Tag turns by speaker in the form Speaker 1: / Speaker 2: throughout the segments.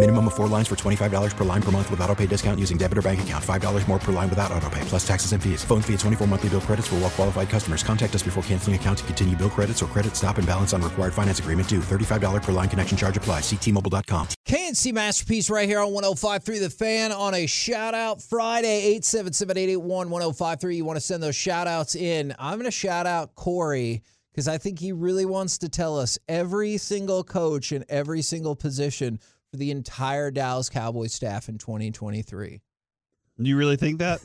Speaker 1: Minimum of four lines for $25 per line per month with auto pay discount using debit or bank account. $5 more per line without auto pay, plus taxes and fees. Phone fee at 24 monthly bill credits for all well qualified customers. Contact us before canceling account to continue bill credits or credit stop and balance on required finance agreement due. $35 per line connection charge applies. Ctmobile.com.
Speaker 2: KNC Masterpiece right here on 1053 The Fan on a shout out Friday, 877 881 1053. You want to send those shout outs in. I'm going to shout out Corey because I think he really wants to tell us every single coach in every single position for the entire Dallas Cowboys staff in 2023.
Speaker 3: You really think that?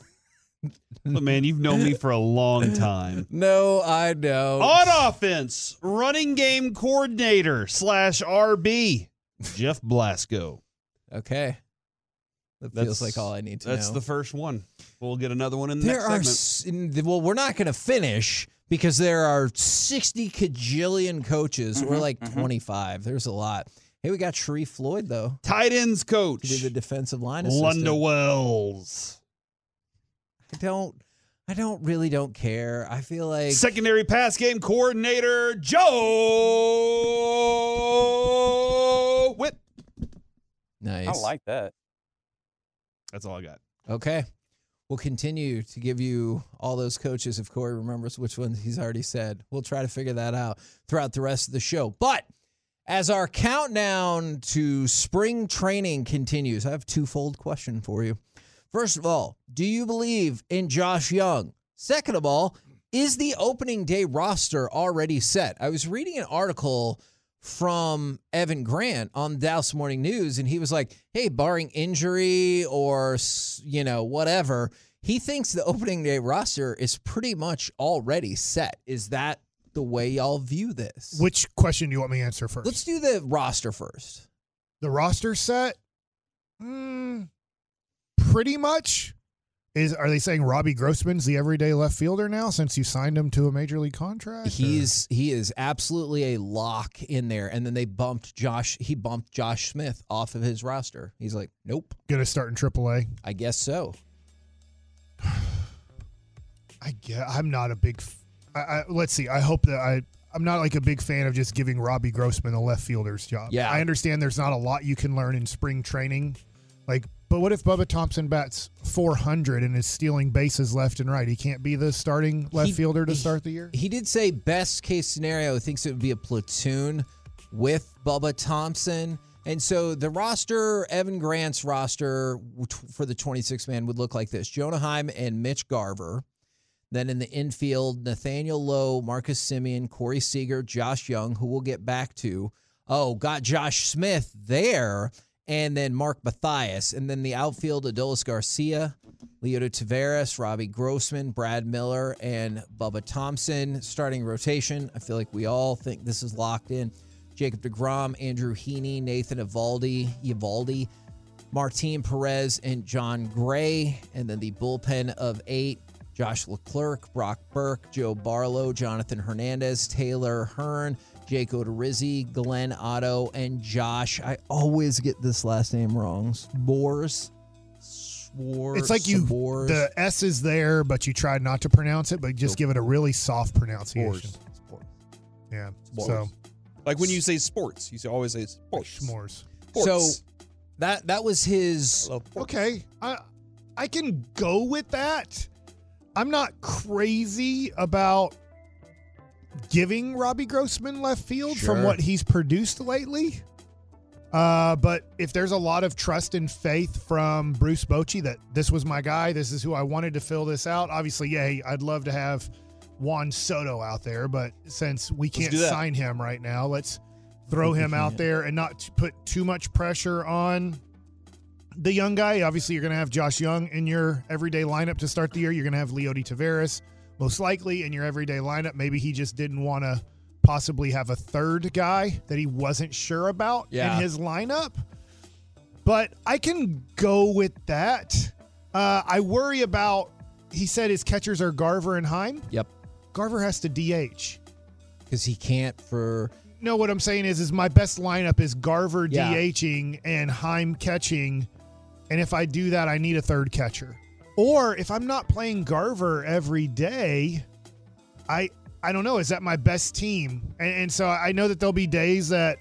Speaker 3: But man, you've known me for a long time.
Speaker 2: No, I know.
Speaker 3: On offense, running game coordinator slash RB, Jeff Blasco.
Speaker 2: Okay. That feels like all I need to
Speaker 3: That's
Speaker 2: know.
Speaker 3: the first one. We'll get another one in the
Speaker 2: There are
Speaker 3: next segment.
Speaker 2: s- n- well, we're not going to finish because there are sixty cajillion coaches. we're like twenty-five. There's a lot. Hey, we got Sharif Floyd though
Speaker 3: Tight ends coach,
Speaker 2: to do the defensive line. assistant.
Speaker 3: Lunda Wells.
Speaker 2: I don't. I don't really don't care. I feel like
Speaker 3: Secondary pass game coordinator, Joe Whip.
Speaker 2: nice.
Speaker 4: I don't like that.
Speaker 3: That's all I got.
Speaker 2: Okay. We'll continue to give you all those coaches if Corey remembers which ones he's already said. We'll try to figure that out throughout the rest of the show. But as our countdown to spring training continues, I have a twofold question for you. First of all, do you believe in Josh Young? Second of all, is the opening day roster already set? I was reading an article from Evan Grant on Dallas Morning News, and he was like, "Hey, barring injury or s- you know whatever, he thinks the opening day roster is pretty much already set." Is that the way y'all view this?
Speaker 5: Which question do you want me to answer first?
Speaker 2: Let's do the roster first.
Speaker 5: the roster set mm, pretty much is are they saying robbie grossman's the everyday left fielder now since you signed him to a major league contract or-
Speaker 2: He's he is absolutely a lock in there, and then they bumped Josh. He bumped Josh Smith off of his roster. He's like, "Nope,
Speaker 5: gonna start in aaa
Speaker 2: I guess so."
Speaker 5: i get i'm not a big f- I, I let's see i hope that i i'm not like a big fan of just giving robbie grossman a left fielder's job
Speaker 2: Yeah.
Speaker 5: i understand there's not a lot you can learn in spring training like but what if bubba thompson bats 400 and is stealing bases left and right he can't be the starting left
Speaker 2: He-
Speaker 5: fielder to
Speaker 2: he-
Speaker 5: start the year
Speaker 2: He did say best case scenario thinks it would be a platoon with Bubba Thompson. And so the roster, Evan Grant's roster which- for the 26 man would look like this Jonah Heim and Mitch Garver. Then in the infield, Nathaniel Lowe, Marcus Simeon, Corey Seager, Josh Young, who we'll get back to. Oh, got Josh Smith there. And then Mark Matthias. And then the outfield, Adolis Garcia, Leoto Taveras, Robbie Grossman, Brad Miller, and Bubba Thompson. Starting rotation. I feel like we all think this is locked in. Jacob DeGrom, Andrew Heaney, Nathan Ivaldi, Ivaldi, Martin Perez, and John Gray. And then the bullpen of eight Josh Leclerc, Brock Burke, Joe Barlow, Jonathan Hernandez, Taylor Hearn, Jake Odorizzi, Glenn Otto, and Josh. I always get this last name wrong. Boars. Swor,
Speaker 5: It's like you
Speaker 2: Sabors.
Speaker 5: the S is there, but you try not to pronounce it, but just give it a really soft pronunciation.
Speaker 3: S'mores.
Speaker 5: Yeah.
Speaker 3: S'mores.
Speaker 5: So
Speaker 3: Like when you say sports, you always say sports.
Speaker 5: s'mores.
Speaker 3: Sports.
Speaker 2: So that that was his
Speaker 3: Hello.
Speaker 5: Okay. I I can go with that. I'm not crazy about giving Robbie Grossman left field from
Speaker 2: Sure.
Speaker 5: what he's produced lately. Uh, but if there's a lot of trust and faith from Bruce Bochy that this was my guy, this is who I wanted to fill this out. Obviously, yeah, I'd love to have Juan Soto out there, but since we can't
Speaker 3: do that.
Speaker 5: sign him right now, let's throw
Speaker 2: we
Speaker 5: him out
Speaker 2: can.
Speaker 5: there and not t- put too much pressure on the young guy. Obviously, you're going to have Josh Young in your everyday lineup to start the year. You're going to have Leody Taveras most likely in your everyday lineup. Maybe he just didn't want to possibly have a third guy that he wasn't sure about
Speaker 2: Yeah.
Speaker 5: in his lineup. but I can go with that. Uh, I worry about. He said his catchers are Garver and Heim.
Speaker 2: Yep.
Speaker 5: Garver has to DH.
Speaker 2: Because he can't for
Speaker 5: No, what I'm saying is, is my best lineup is Garver
Speaker 2: Yeah.
Speaker 5: DHing and Heim catching, and if I do that, I need a third catcher. Or if I'm not playing Garver every day, I I don't know. Is that my best team? And, and so I know that there'll be days that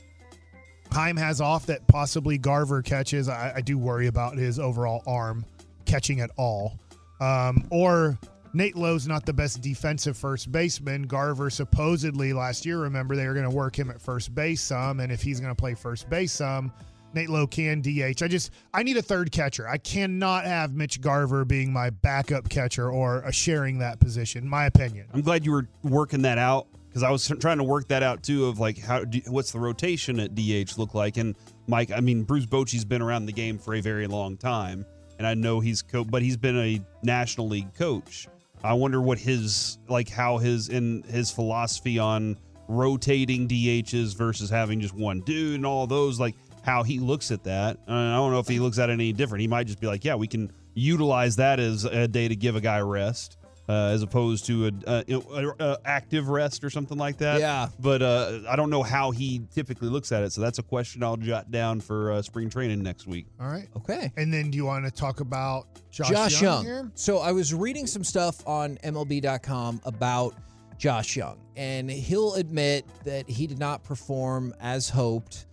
Speaker 5: Heim has off that possibly Garver catches. I, I do worry about his overall arm catching at all. Um, or Nate Lowe's not the best defensive first baseman. Garver supposedly last year, remember, they were going to work him at first base some. And if he's going to play first base some, Nate Lowe can DH. I just, I need a third catcher. I cannot have Mitch Garver being my backup catcher or uh, sharing that position, my opinion.
Speaker 3: I'm glad you were working that out because I was trying to work that out too of like how do, what's the rotation at DH look like and Mike I mean Bruce Bochy's been around the game for a very long time and I know he's co- but he's been a National League coach. I wonder what his like how his in his philosophy on rotating DHs versus having just one dude and all those like how he looks at that. Uh, I don't know if he looks at it any different. He might just be like, yeah, we can utilize that as a day to give a guy rest uh, as opposed to a, a, a, a active rest or something like that.
Speaker 2: Yeah.
Speaker 3: But uh, I don't know how he typically looks at it. So that's a question I'll jot down for uh, spring training next week.
Speaker 5: All right.
Speaker 2: okay.
Speaker 5: And then do you want to talk about Josh,
Speaker 2: Josh Young.
Speaker 5: here?
Speaker 2: So I was reading some stuff on MLB.com about Josh Young, and he'll admit that he did not perform as hoped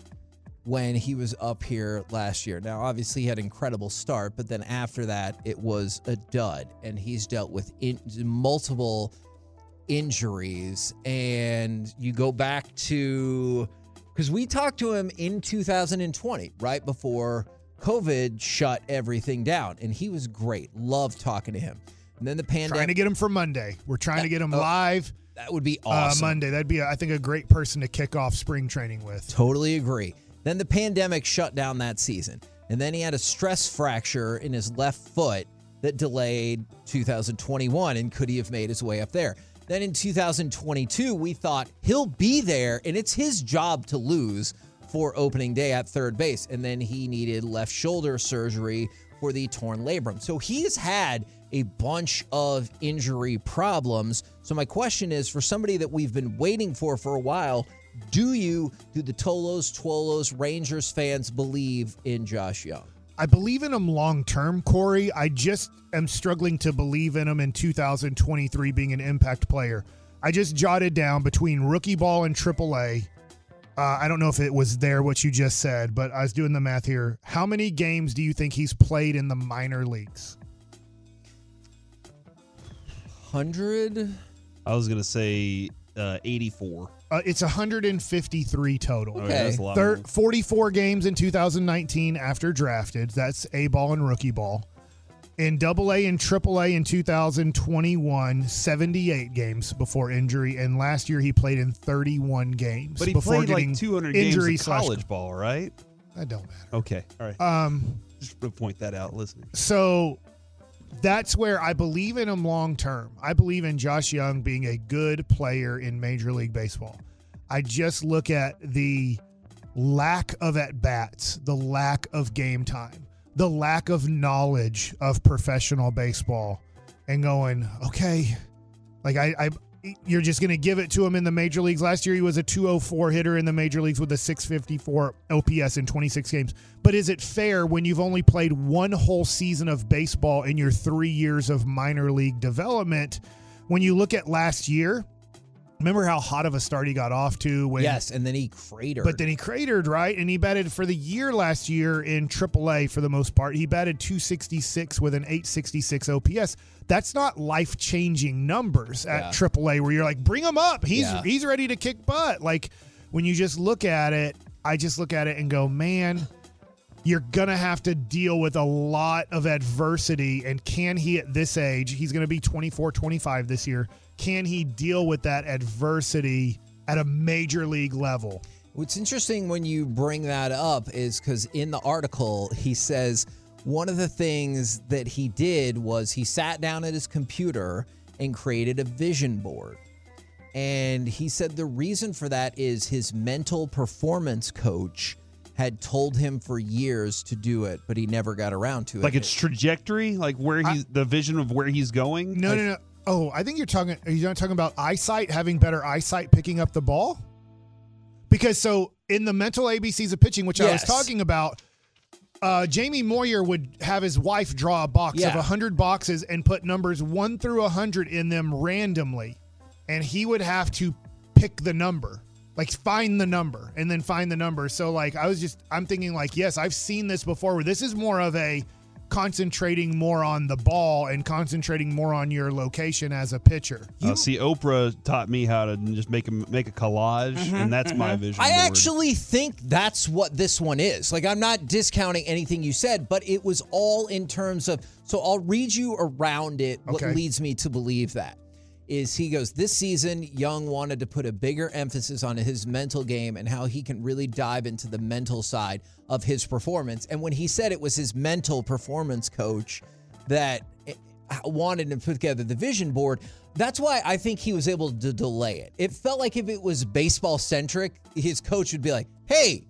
Speaker 2: when he was up here last year. Now, obviously, he had an incredible start, but then after that, it was a dud, and he's dealt with in- multiple injuries. And you go back to because we talked to him in 2020, right before COVID shut everything down, and he was great. Loved talking to him. And then the
Speaker 5: Trying to
Speaker 2: pandemic,
Speaker 5: get him for Monday. We're trying to get him
Speaker 2: Oh,
Speaker 5: live
Speaker 2: that would be
Speaker 5: uh,
Speaker 2: awesome.
Speaker 5: Monday. That'd be, a, I think, a great person to kick off spring training with.
Speaker 2: Totally agree. Then the pandemic shut down that season. And then he had a stress fracture in his left foot that delayed 2021. And could he have made his way up there? Then in 2022, we thought he'll be there and it's his job to lose for opening day at third base. And then he needed left shoulder surgery for the torn labrum. So he's had a bunch of injury problems. So my question is for somebody that we've been waiting for for a while, do you, do the Tolos, Twolos, Rangers fans believe in Josh Young?
Speaker 5: I believe in him long term, Corey. I just am struggling to believe in him in 2023 being an impact player. I just jotted down between rookie ball and AAA. Uh, I don't know if it was there what you just said, but I was doing the math here. How many games do you think he's played in the minor leagues?
Speaker 2: 100?
Speaker 3: I was going to say uh, 84.
Speaker 5: Uh, it's 153 total.
Speaker 3: Oh, yeah,
Speaker 2: Okay.
Speaker 3: that's a lot
Speaker 5: Thir-
Speaker 3: more.
Speaker 5: 44 games in 2019 after drafted. That's A ball and rookie ball. In double A and triple A in 2021, 78 games before injury. And last year he played in 31 games.
Speaker 3: But he
Speaker 5: before
Speaker 3: played
Speaker 5: getting
Speaker 3: like 200
Speaker 5: injury
Speaker 3: games of
Speaker 5: slash-
Speaker 3: college ball, right?
Speaker 5: That don't matter.
Speaker 3: Okay. All right.
Speaker 5: Um,
Speaker 3: Just to point that out, listening.
Speaker 5: so that's where I believe in him long term. I believe in Josh Young being a good player in Major League Baseball. I just look at the lack of at bats, the lack of game time, the lack of knowledge of professional baseball, and going, okay, like I, I you're just going to give it to him in the major leagues. Last year, he was a 204 hitter in the major leagues with a 654 OPS in 26 games. But is it fair when you've only played one whole season of baseball in your three years of minor league development? When you look at last year, remember how hot of a start he got off to when
Speaker 2: Yes. And then he cratered.
Speaker 5: but then he cratered, right? And he batted for the year last year in AAA for the most part. He batted 266 with an 866 OPS. That's not life changing numbers at
Speaker 2: Yeah.
Speaker 5: AAA where you're like, bring him up. He's
Speaker 2: Yeah.
Speaker 5: he's ready to kick butt. Like when you just look at it, I just look at it and go, man, you're gonna have to deal with a lot of adversity and can he at this age he's gonna be 24 25 this year can he deal with that adversity at a major league level
Speaker 2: What's interesting when you bring that up is because in the article, he says one of the things that he did was he sat down at his computer and created a vision board. And he said the reason for that is his mental performance coach had told him for years to do it, but he never got around to it.
Speaker 3: Like its trajectory, like where he's the vision of where he's going.
Speaker 5: No,
Speaker 3: Like,
Speaker 5: no, no. Oh, I think you're talking. Are you not talking about eyesight having better eyesight picking up the ball? Because so in the mental ABCs of pitching, which I was
Speaker 2: Yes.
Speaker 5: talking about, uh, Jamie Moyer would have his wife draw a box of
Speaker 2: Yeah.
Speaker 5: of hundred boxes and put numbers one through hundred in them randomly, and he would have to pick the number. Like find the number and then find the number. So like I was just I'm thinking like yes I've seen this before where this is more of a concentrating more on the ball and concentrating more on your location as a pitcher.
Speaker 3: Uh, see, Oprah taught me how to just make a make a collage, and that's my vision.
Speaker 2: Mm-hmm. I
Speaker 3: board.
Speaker 2: actually think that's what this one is. Like, I'm not discounting anything you said, but it was all in terms of. So I'll read you around it. What
Speaker 5: Okay.
Speaker 2: leads me to believe that is he goes, This season, Young wanted to put a bigger emphasis on his mental game and how he can really dive into the mental side of his performance. And when he said it was his mental performance coach that eh, wanted to put together the vision board. That's why I think he was able to delay it. It felt like if it was baseball centric, his coach would be like, hey,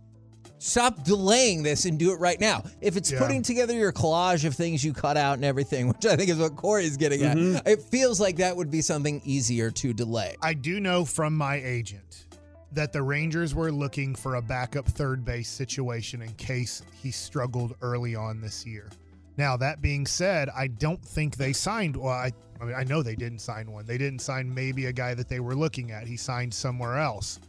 Speaker 2: stop delaying this and do it right now. If it's
Speaker 5: Yeah.
Speaker 2: putting together your collage of things you cut out and everything, which I think is what Corey's getting at, it feels like that would be something easier to delay.
Speaker 5: Mm-hmm. I do know from my agent that the Rangers were looking for a backup third base situation in case he struggled early on this year. Now, that being said, I don't think they signed. Well, I, I, mean, I know they didn't sign one. They didn't sign maybe a guy that they were looking at. He signed somewhere else.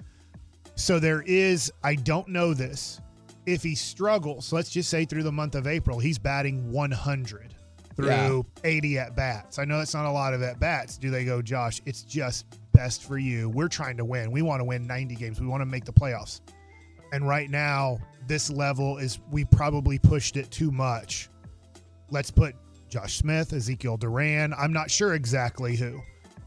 Speaker 5: So there is, I don't know this. If he struggles, let's just say through the month of April, he's batting 100 through
Speaker 2: Yeah.
Speaker 5: 80 at bats. I know that's not a lot of at bats. Do they go, Josh? It's just best for you. We're trying to win. We want to win 90 games. We want to make the playoffs. And right now, this level is we probably pushed it too much. Let's put Josh Smith, Ezekiel Duran. I'm not sure exactly who,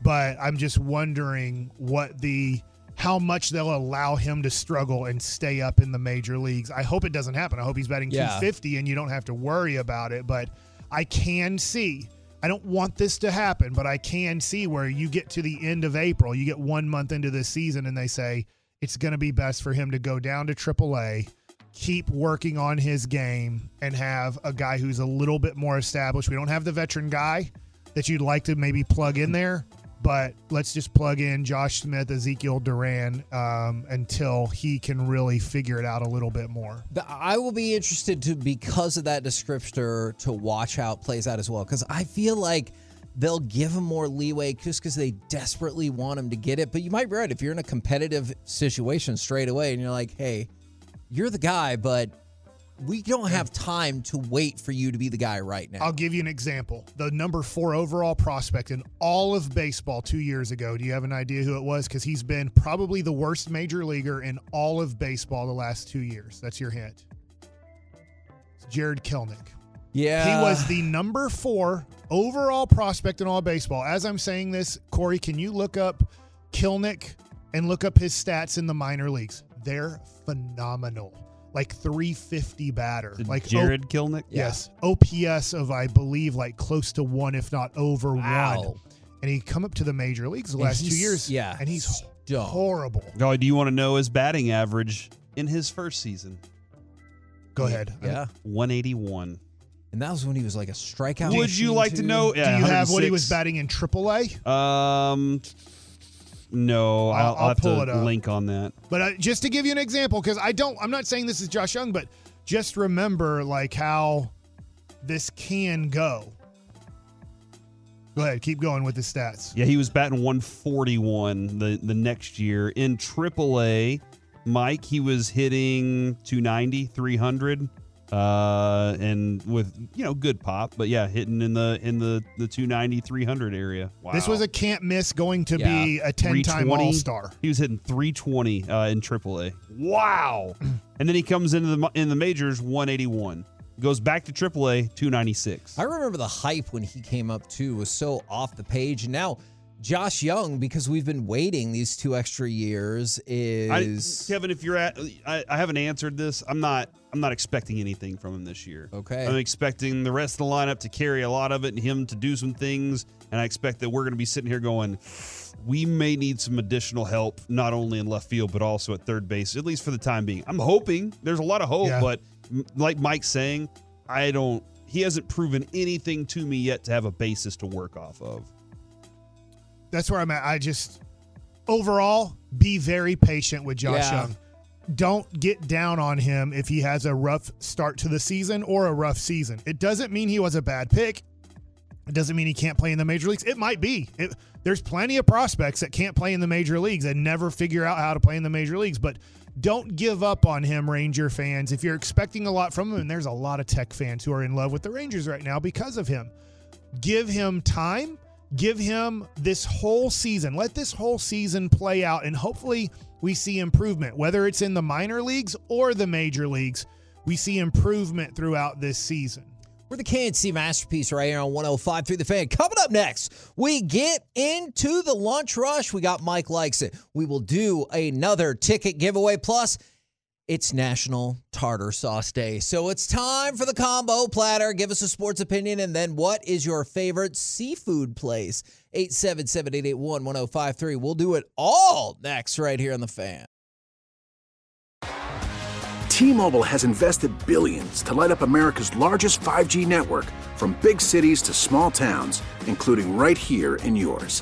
Speaker 5: but I'm just wondering what the how much they'll allow him to struggle and stay up in the major leagues. I hope it doesn't happen. I hope he's batting
Speaker 2: Yeah.
Speaker 5: 250 and you don't have to worry about it, but I can see I don't want this to happen, but I can see where you get to the end of April, you get one month into this season, and they say it's going to be best for him to go down to AAA, keep working on his game, and have a guy who's a little bit more established. We don't have the veteran guy that you'd like to maybe plug in there, but let's just plug in Josh Smith, Ezekiel Duran um, until he can really figure it out a little bit more.
Speaker 2: The- I will be interested to because of that descriptor to watch how it plays out as well because I feel like they'll give him more leeway just because they desperately want him to get it. But you might be right if you're in a competitive situation straight away and you're like, hey, you're the guy, but we don't have time to wait for you to be the guy right now.
Speaker 5: I'll give you an example. The number four overall prospect in all of baseball two years ago. Do you have an idea who it was? Because he's been probably the worst major leaguer in all of baseball the last two years. That's your hint. It's Jared Kelnick.
Speaker 2: yeah,
Speaker 5: He was the number four overall prospect in all baseball. As I'm saying this, Corey, can you look up Kilnick and look up his stats in the minor leagues? They're phenomenal. Like 350 batter.
Speaker 3: Did
Speaker 5: Like oh,
Speaker 3: Jared Kilnick.
Speaker 5: Yes. OPS of, I believe, like close to one, if not over
Speaker 2: Wow.
Speaker 5: one. And he come up to the major leagues the
Speaker 2: And
Speaker 5: last two
Speaker 2: he's-
Speaker 5: years.
Speaker 2: yeah,
Speaker 5: And he's
Speaker 2: stunned.
Speaker 5: horrible.
Speaker 3: Oh, do you want to know his batting average in his first season?
Speaker 5: Go ahead.
Speaker 2: yeah,
Speaker 3: One eighty one.
Speaker 2: and that was when he was like a strikeout.
Speaker 3: Would you
Speaker 2: machine,
Speaker 3: like to
Speaker 2: too.
Speaker 3: know?
Speaker 5: Do
Speaker 3: Yeah,
Speaker 5: you have what he
Speaker 3: 106.
Speaker 5: was batting in AAA?
Speaker 3: Um, no,
Speaker 5: I'll-
Speaker 3: I'll,
Speaker 5: I'll
Speaker 3: I'll have
Speaker 5: pull
Speaker 3: to
Speaker 5: it up.
Speaker 3: link on that.
Speaker 5: But uh, just to give you an example, because I don't, I'm not saying this is Josh Young, but just remember like how this can go. Go ahead. Keep going with the stats.
Speaker 3: Yeah, he was batting 141 the the next year in AAA. Mike, he was hitting 290, 300, uh, and with you know good pop, but yeah, hitting in the in the the 290, 300 area. Wow.
Speaker 5: This was a can't miss going to be a 10 time
Speaker 3: 320.
Speaker 5: All Star.
Speaker 3: He was hitting 320 uh, in AAA. Wow! and then he comes into the mo- in the majors 181, goes back to AAA 296.
Speaker 2: I remember the hype when he came up too was so off the page. And now Josh Young because we've been waiting these two extra years
Speaker 3: I,
Speaker 2: is
Speaker 3: Kevin, if you're at, I, I haven't answered this. I'm not. I'm not expecting anything from him this year.
Speaker 2: Okay.
Speaker 3: I'm expecting the rest of the lineup to carry a lot of it and him to do some things. And I expect that we're going to be sitting here going, we may need some additional help, not only in left field but also at third base, at least for the time being. I'm hoping there's a lot of hope,
Speaker 5: Yeah.
Speaker 3: but m- like Mike's saying, I don't. He hasn't proven anything to me yet to have a basis to work off of.
Speaker 5: That's where I'm at. I just overall be very patient with Josh
Speaker 2: Yeah.
Speaker 5: Young. Don't get down on him if he has a rough start to the season or a rough season. It doesn't mean he was a bad pick. It doesn't mean he can't play in the major leagues. It might be. It, there's plenty of prospects that can't play in the major leagues and never figure out how to play in the major leagues. But don't give up on him, Ranger fans. If you're expecting a lot from him, and there's a lot of Tech fans who are in love with the Rangers right now because of him give him time, give him this whole season. Let this whole season play out, and hopefully we see improvement, whether it's in the minor leagues or the major leagues. We see improvement throughout this season.
Speaker 2: We're the KNC masterpiece right here on 105 through the fan. Coming up next, we get into the lunch rush. We got Mike likes it. We will do another ticket giveaway. Plus, it's National Tartar Sauce Day. So it's time for the combo platter. Give us a sports opinion and then what is your favorite seafood place? 877-881-1053. We'll do it all next right here on the fan.
Speaker 6: T-Mobile has invested billions to light up America's largest 5G network from big cities to small towns, including right here in yours.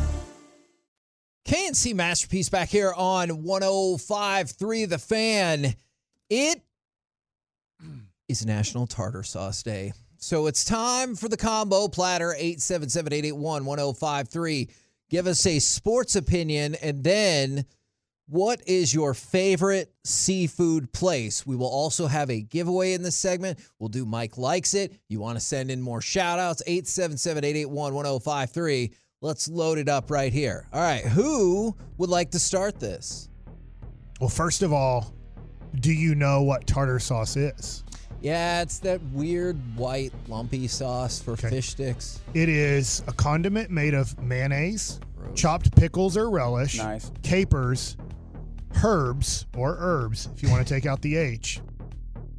Speaker 2: KNC Masterpiece back here on 105.3 The Fan. It is National Tartar Sauce Day. So it's time for the combo platter 877-881-1053. Give us a sports opinion and then what is your favorite seafood place? We will also have a giveaway in this segment. We'll do Mike Likes It. You want to send in more shout outs, 877 881 1053. Let's load it up right here. All right. Who would like to start this?
Speaker 5: Well, first of all, do you know what tartar sauce is?
Speaker 2: Yeah, it's that weird white lumpy sauce for
Speaker 5: Okay.
Speaker 2: fish sticks.
Speaker 5: It is a condiment made of mayonnaise, chopped pickles or relish,
Speaker 7: Nice.
Speaker 5: capers, herbs or herbs, if you want to take out the H,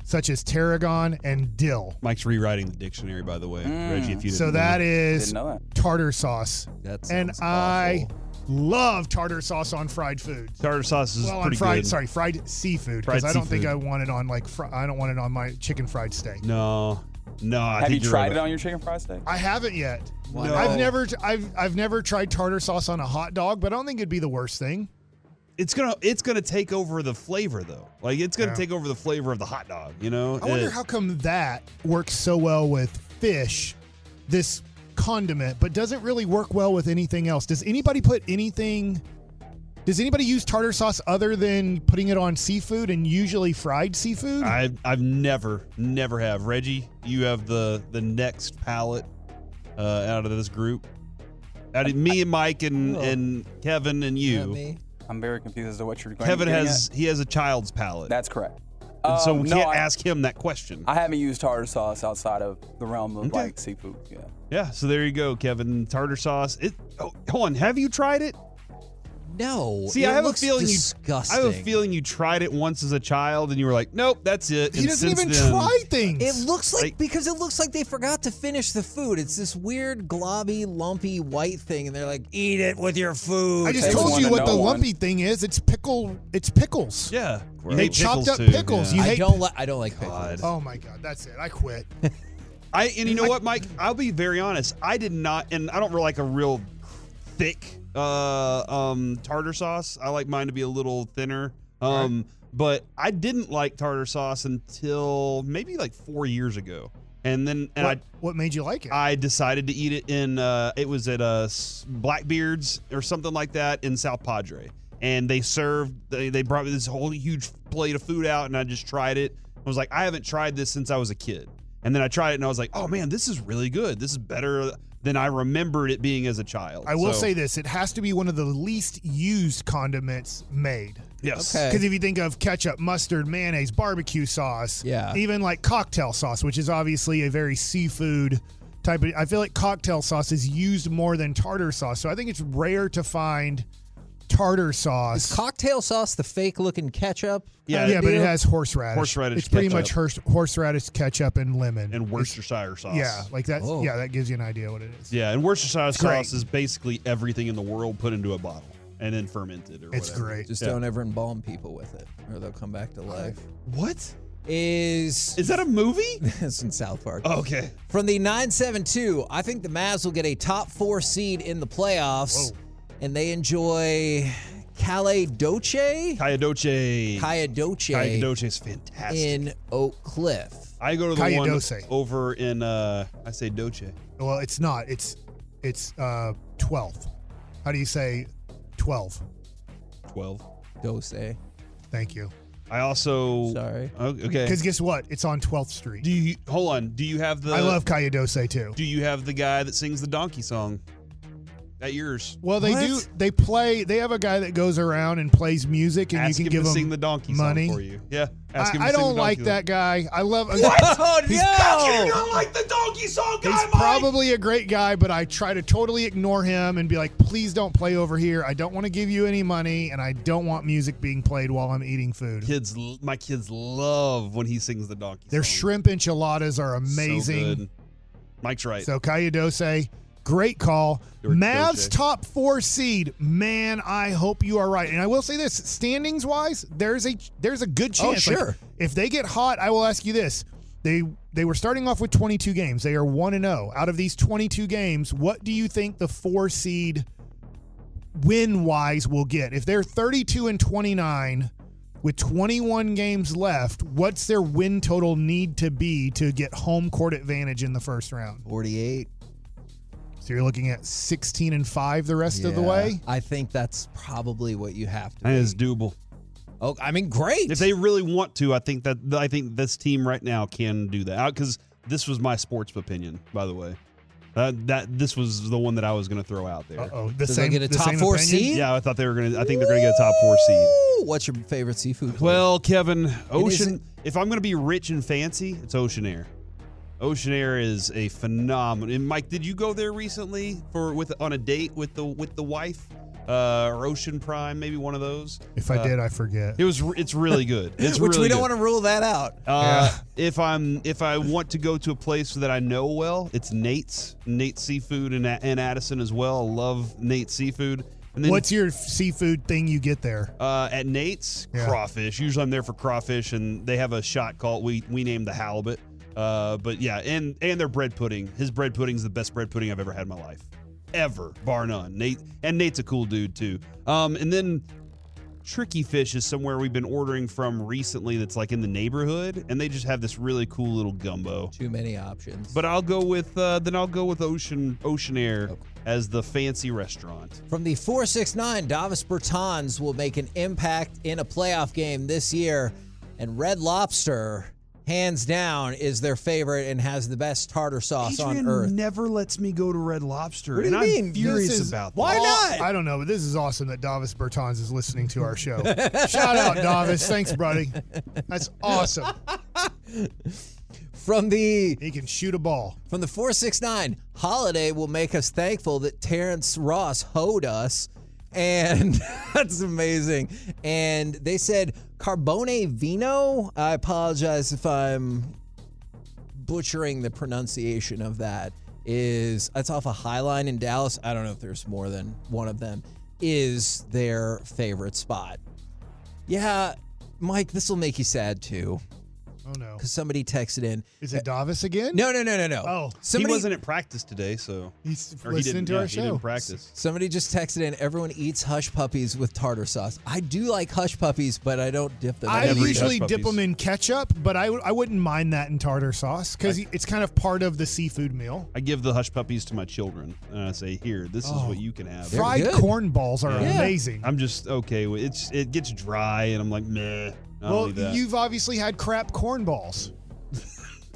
Speaker 5: such as tarragon and dill.
Speaker 3: Mike's rewriting the dictionary, by the way, Reggie. If you didn't
Speaker 5: So
Speaker 3: know.
Speaker 5: that
Speaker 7: Didn't
Speaker 5: is
Speaker 7: know that.
Speaker 5: tartar sauce.
Speaker 2: That
Speaker 5: and
Speaker 2: sounds
Speaker 5: I
Speaker 2: awful.
Speaker 5: love tartar sauce on fried food.
Speaker 3: tartar sauce is
Speaker 5: Well, on
Speaker 3: pretty
Speaker 5: fried,
Speaker 3: good.
Speaker 5: sorry, fried seafood. Because
Speaker 3: Fried
Speaker 5: I don't think I
Speaker 3: seafood.
Speaker 5: want it on like fr- I don't want it on my chicken fried steak.
Speaker 3: No, no. I
Speaker 7: Have you
Speaker 3: think you're
Speaker 7: tried
Speaker 3: right
Speaker 7: it
Speaker 3: about-
Speaker 7: on your chicken fried steak?
Speaker 5: I haven't yet.
Speaker 2: Why
Speaker 3: No.
Speaker 5: I've never, I've, I've never tried tartar sauce on a hot dog, but I don't think it'd be the worst thing.
Speaker 3: It's gonna it's gonna take over the flavor though. Like it's gonna
Speaker 5: Yeah.
Speaker 3: take over the flavor of the hot dog. You know.
Speaker 5: I wonder
Speaker 3: It-
Speaker 5: how come that works so well with fish, this condiment, but doesn't really work well with anything else. Does anybody put anything? Does anybody use tartar sauce other than putting it on seafood and usually fried seafood?
Speaker 3: I I've never never have Reggie. You have the the next palette uh, out of this group. Out of me and Mike and and Kevin and
Speaker 2: Is that
Speaker 3: you.
Speaker 2: me?
Speaker 7: I'm very confused as to what you're going
Speaker 3: Kevin
Speaker 7: getting
Speaker 3: has he has a child's palate.
Speaker 7: at. That's correct.
Speaker 3: and so
Speaker 7: Um,
Speaker 3: we
Speaker 7: no,
Speaker 3: can't
Speaker 7: I-
Speaker 3: ask him that question.
Speaker 7: I haven't used tartar sauce outside of the realm of
Speaker 3: Okay.
Speaker 7: like seafood. Yeah.
Speaker 3: yeah. So there you go, Kevin. Tartar sauce. It. Oh, hold on. Have you tried it?
Speaker 2: No.
Speaker 3: See,
Speaker 2: it
Speaker 3: I have a
Speaker 2: looks
Speaker 3: feeling
Speaker 2: disgusting.
Speaker 3: you. I have a feeling you tried it once as a child, and you were like, "Nope, that's it."
Speaker 5: he
Speaker 3: And
Speaker 5: doesn't
Speaker 3: since
Speaker 5: even
Speaker 3: then-
Speaker 5: try things.
Speaker 2: It looks like,
Speaker 3: Like-
Speaker 2: because it looks like they forgot to finish the food. It's this weird globby, lumpy white thing, and they're like, "Eat it with your food."
Speaker 5: I just
Speaker 7: Takes
Speaker 5: told
Speaker 7: one
Speaker 5: you
Speaker 7: to
Speaker 5: what
Speaker 7: know
Speaker 5: the
Speaker 7: one.
Speaker 5: lumpy thing is. It's pickle. It's pickles.
Speaker 3: Yeah,
Speaker 5: They chopped up pickles, you
Speaker 2: I
Speaker 5: hate-
Speaker 2: don't like. I don't like
Speaker 3: God.
Speaker 2: pickles.
Speaker 5: Oh my god, that's it. I quit.
Speaker 3: I and you know what, Mike? I'll be very honest. I did not, and I don't really like a real thick uh, um, tartar sauce. I like mine to be a little thinner. Um, But I didn't like tartar sauce until maybe like four years ago, and then and
Speaker 5: what,
Speaker 3: I
Speaker 5: what made you like it?
Speaker 3: I decided to eat it in uh, it was at uh, S- Blackbeard's or something like that in South Padre, and they served they, they brought me this whole huge plate of food out, and I just tried it. I was like, I haven't tried this since I was a kid, and then I tried it, and I was like, oh man, this is really good. This is better than I remembered it being as a child.
Speaker 5: I will
Speaker 3: So-
Speaker 5: say this: it has to be one of the least used condiments made.
Speaker 3: yes.
Speaker 2: Okay.
Speaker 5: Because if you think of ketchup, mustard, mayonnaise, barbecue sauce,
Speaker 2: Yeah.
Speaker 5: even like cocktail sauce, which is obviously a very seafood type of, I feel like cocktail sauce is used more than tartar sauce. So I think it's rare to find tartar sauce.
Speaker 2: Is cocktail sauce the fake looking ketchup?
Speaker 3: Yeah,
Speaker 2: kinda
Speaker 5: Uh, yeah, but it
Speaker 2: deal?
Speaker 5: has horseradish.
Speaker 3: Horseradish
Speaker 5: It's pretty much
Speaker 3: ketchup.
Speaker 5: hors- horseradish ketchup and lemon.
Speaker 3: And Worcestershire sauce.
Speaker 5: yeah, like that.
Speaker 2: Oh.
Speaker 5: Yeah, that gives you an idea what it is.
Speaker 3: Yeah, and Worcestershire
Speaker 5: great.
Speaker 3: sauce is basically everything in the world put into a bottle and then fermented or
Speaker 5: It's
Speaker 3: whatever.
Speaker 5: great.
Speaker 2: Just
Speaker 3: Yeah.
Speaker 2: don't ever embalm people with it, or they'll come back to life.
Speaker 3: What?
Speaker 2: Is
Speaker 3: Is that a movie?
Speaker 2: it's in South Park?
Speaker 3: okay.
Speaker 2: From the 972, I think the Mavs will get a top four seed in the playoffs, and they enjoy Calais Doce,
Speaker 3: Cayadoche.
Speaker 2: Kaya Doce
Speaker 3: Cayadoche is fantastic.
Speaker 2: in Oak Cliff.
Speaker 3: I go to the
Speaker 5: Cayadoce.
Speaker 3: one over in uh I say Doce.
Speaker 5: Well, it's not. It's it's uh 12. How do you say 12?
Speaker 3: Twelve.
Speaker 2: Doce,
Speaker 5: Thank you.
Speaker 3: I also
Speaker 2: sorry.
Speaker 3: O- Okay.
Speaker 5: Because guess what? It's on 12th Street.
Speaker 3: Do you hold on? Do you have the?
Speaker 5: I love Cayadose too.
Speaker 3: Do you have the guy that sings the donkey song? That yours?
Speaker 5: Well, they
Speaker 2: What?
Speaker 5: do. They play. They have a guy that goes around and plays music, and
Speaker 3: ask
Speaker 5: you
Speaker 3: him
Speaker 5: can give
Speaker 3: to
Speaker 5: him
Speaker 3: sing the donkey
Speaker 5: money.
Speaker 3: song for you. Yeah.
Speaker 5: I,
Speaker 3: Ask him to
Speaker 5: I
Speaker 3: sing the
Speaker 5: don't like
Speaker 3: donkey
Speaker 5: that guy. I love.
Speaker 2: Oh
Speaker 5: He's-
Speaker 2: no!
Speaker 8: like the donkey song
Speaker 5: He's probably a great guy, but I try to totally ignore him and be like, please don't play over here. I don't want to give you any money, and I don't want music being played while I'm eating food.
Speaker 3: Song. Kids, l- my kids love when he sings the donkey.
Speaker 5: Their
Speaker 3: song.
Speaker 5: shrimp enchiladas are
Speaker 3: So
Speaker 5: amazing.
Speaker 3: good. Mike's right.
Speaker 5: So Cayadose, great call.
Speaker 3: George
Speaker 5: Mavs
Speaker 3: Doce.
Speaker 5: top four seed. Man, I hope you are right. And I will say this, standings wise, there's a there's a good
Speaker 2: Oh,
Speaker 5: chance.
Speaker 2: sure.
Speaker 5: if they get hot, I will ask you this. They they were starting off with 22 games. They are 1 and 0. Out of these 22 games, what do you think the 4 seed win wise will get? If they're 32 and 29 with 21 games left, what's their win total need to be to get home court advantage in the first round?
Speaker 2: 48.
Speaker 5: So you're looking at 16 and 5 the rest of the
Speaker 2: Yeah,
Speaker 5: way?
Speaker 2: I think that's probably what you have to.
Speaker 3: that is doable.
Speaker 2: Oh, I mean, great.
Speaker 3: If they really want to, I think that I think this team right now can do that. Because this was my sports opinion, by the way. Uh, that this was the one that I was going to throw out there.
Speaker 5: Oh, the
Speaker 2: Does that
Speaker 5: same
Speaker 2: get a
Speaker 5: the
Speaker 2: top
Speaker 5: same
Speaker 2: four
Speaker 5: opinion?
Speaker 2: seed?
Speaker 3: Yeah, I thought they were going to. I think they're going to get a top four seed.
Speaker 2: Ooh, what's your favorite seafood? place?
Speaker 3: Well, Kevin, Ocean.
Speaker 2: isn't-
Speaker 3: If I'm going to be rich and fancy, it's Ocean Air. Ocean Air is a phenomenon. And Mike, did you go there recently for with on a date with the with the wife? Uh, or Ocean Prime, maybe one of those.
Speaker 5: If
Speaker 2: Uh,
Speaker 5: I did, I forget.
Speaker 3: It was. re- It's really good. It's
Speaker 2: which
Speaker 3: really
Speaker 2: we don't
Speaker 3: good.
Speaker 2: want to rule that out.
Speaker 3: Uh, if I'm if I want to go to a place that I know well, it's Nate's Nate's Seafood and and Addison as well. I love Nate's Seafood. And then
Speaker 5: What's your seafood thing you get there?
Speaker 3: uh, at Nate's
Speaker 5: Yeah.
Speaker 3: crawfish. Usually I'm there for crawfish, and they have a shot called we we named the halibut. Uh, but yeah, and and their bread pudding. His bread pudding's the best bread pudding I've ever had in my life, ever, bar none. Nate and Nate's a cool dude too. Um, and then Tricky Fish is somewhere we've been ordering from recently. That's like in the neighborhood, and they just have this really cool little gumbo.
Speaker 2: Too many options.
Speaker 3: But I'll go with uh, then I'll go with Ocean Ocean Air as the fancy restaurant.
Speaker 2: From the 469, Davis Bertans will make an impact in a playoff game this year. And Red Lobster, hands down, is their favorite and has the best tartar sauce on
Speaker 3: Adrian
Speaker 2: earth.
Speaker 3: never lets me go to Red Lobster,
Speaker 2: What do you
Speaker 3: and
Speaker 2: mean?
Speaker 3: I'm furious
Speaker 2: This is-
Speaker 3: about that.
Speaker 2: Why not?
Speaker 5: I don't know, but this is awesome that Davis Bertans is listening to our show. Shout out, Davis. Thanks, buddy. That's awesome.
Speaker 2: From the
Speaker 5: He can shoot a ball.
Speaker 2: from the 469, Holiday will make us thankful that Terrence Ross hoed us. And that's amazing. And they said Carbone Vino. I apologize if I'm butchering the pronunciation of that is that's off a high line in Dallas. I don't know if there's more than one of them is their favorite spot. Yeah, Mike, this will make you sad too.
Speaker 5: Oh no!
Speaker 2: Because somebody texted in.
Speaker 5: Is it Davis again?
Speaker 2: No, no, no, no, no.
Speaker 5: Oh,
Speaker 2: somebody
Speaker 3: he wasn't at practice today, so
Speaker 5: He's
Speaker 3: or
Speaker 5: listening
Speaker 3: didn't-
Speaker 5: to
Speaker 3: yeah,
Speaker 5: our
Speaker 3: He
Speaker 5: show.
Speaker 3: didn't practice.
Speaker 2: Somebody just texted in. Everyone eats hush puppies with tartar sauce. I do like hush puppies, but I don't dip them.
Speaker 5: I
Speaker 3: never eat
Speaker 5: usually
Speaker 3: hush
Speaker 5: dip
Speaker 3: puppies.
Speaker 5: them in ketchup, but I w- I wouldn't mind that in tartar sauce because it's kind of part of the seafood meal.
Speaker 3: I give the hush puppies to my children, and I say, "Here, this is
Speaker 5: Oh.
Speaker 3: what you can have."
Speaker 5: Fried
Speaker 2: good.
Speaker 5: corn balls are
Speaker 2: Yeah.
Speaker 5: amazing.
Speaker 3: I'm just okay. with It's it gets dry, and I'm like, meh. I don't
Speaker 5: well,
Speaker 3: need that.
Speaker 5: you've obviously had crap corn balls.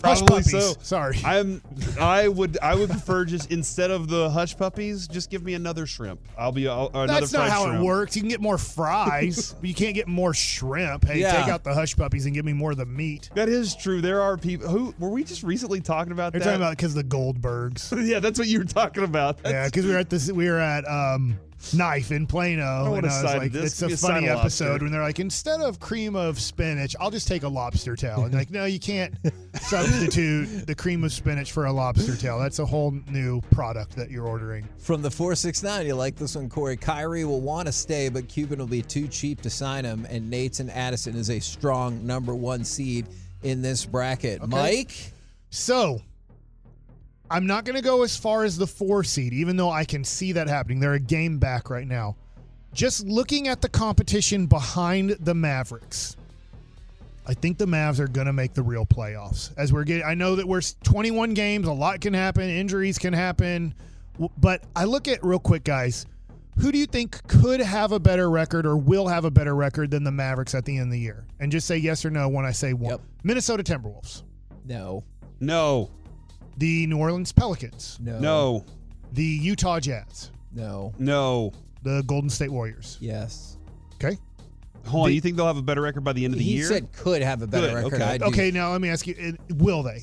Speaker 5: Hush
Speaker 3: Probably
Speaker 5: puppies.
Speaker 3: so.
Speaker 5: Sorry.
Speaker 3: I'm. I would. I would prefer just instead of the hush puppies, just give me another shrimp. I'll be. I'll, or another
Speaker 5: That's not
Speaker 3: fried
Speaker 5: how
Speaker 3: shrimp.
Speaker 5: it works. You can get more fries, but you can't get more shrimp. Hey,
Speaker 2: Yeah.
Speaker 5: take out the hush puppies and give me more of the meat.
Speaker 3: That is true. There are people who were we just recently talking about
Speaker 5: They're
Speaker 3: that.
Speaker 5: talking about because the Goldbergs.
Speaker 3: yeah, that's what you were talking about.
Speaker 5: Yeah, because we were at this, we were at um, Knife in Plano,
Speaker 3: want
Speaker 5: and
Speaker 3: a
Speaker 5: I was
Speaker 3: side of
Speaker 5: like,
Speaker 3: this.
Speaker 5: "It's
Speaker 3: Give me
Speaker 5: a
Speaker 3: a side
Speaker 5: funny
Speaker 3: of lobster."
Speaker 5: episode." When they're like, "Instead of cream of spinach, I'll just take a lobster tail." And like, no, you can't substitute the cream of spinach for a lobster tail. That's a whole new product that you're ordering.
Speaker 2: From the 469, you like this one, Corey. Kyrie will want to stay, but Cuban will be too cheap to sign him. And Nathan Addison is a strong number one seed in this bracket. Mike?
Speaker 5: So, I'm not going to go as far as the four seed, even though I can see that happening. They're a game back right now. Just looking at the competition behind the Mavericks, I think the Mavs are going to make the real playoffs. As we're getting, I know that we're s- 21 games, a lot can happen, injuries can happen. W- But I look at real quick, guys. Who do you think could have a better record or will have a better record than the Mavericks at the end of the year? And just say yes or no when I say one.
Speaker 2: Yep.
Speaker 5: Minnesota Timberwolves
Speaker 2: No.
Speaker 3: No,
Speaker 5: the New Orleans Pelicans,
Speaker 2: No.
Speaker 3: no,
Speaker 5: the Utah Jazz,
Speaker 2: No.
Speaker 3: no.
Speaker 5: the Golden State Warriors.
Speaker 2: Yes.
Speaker 5: Okay.
Speaker 3: Hold on. You think they'll have a better record by the end of the
Speaker 2: he
Speaker 3: year?
Speaker 2: said could have a better
Speaker 3: Good,
Speaker 2: record.
Speaker 3: okay.
Speaker 2: I, do.
Speaker 5: Okay, now let me ask you uh, will they?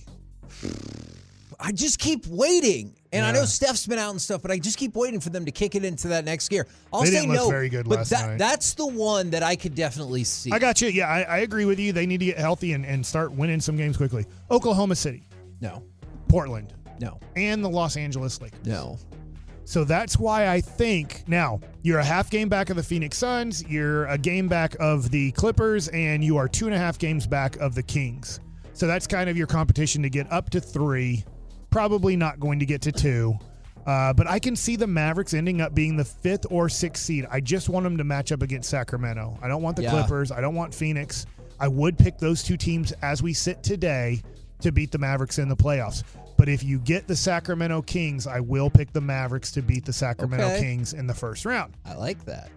Speaker 2: I just keep waiting. And I know Steph's been out and stuff, but I just keep waiting for them to kick it into that next gear. I'll
Speaker 5: They
Speaker 2: say
Speaker 5: didn't look
Speaker 2: no.
Speaker 5: very good
Speaker 2: but
Speaker 5: last
Speaker 2: that,
Speaker 5: night.
Speaker 2: that's the one that I could definitely see.
Speaker 5: I got you. Yeah, I, I agree with you. They need to get healthy and, and start winning some games quickly. Oklahoma City,
Speaker 2: no.
Speaker 5: Portland,
Speaker 2: No.
Speaker 5: and the Los Angeles Lakers.
Speaker 2: No.
Speaker 5: So that's why I think now you're a half game back of the Phoenix Suns, you're a game back of the Clippers, and you are two and a half games back of the Kings. So that's kind of your competition to get up to three. Probably not going to get to two. Uh, but I can see the Mavericks ending up being the fifth or sixth seed. I just want them to match up against Sacramento. I don't want the
Speaker 2: Yeah.
Speaker 5: Clippers. I don't want Phoenix. I would pick those two teams as we sit today to beat the Mavericks in the playoffs. But if you get the Sacramento Kings, I will pick the Mavericks to beat the Sacramento
Speaker 2: Okay.
Speaker 5: Kings in the first round.
Speaker 2: I like that.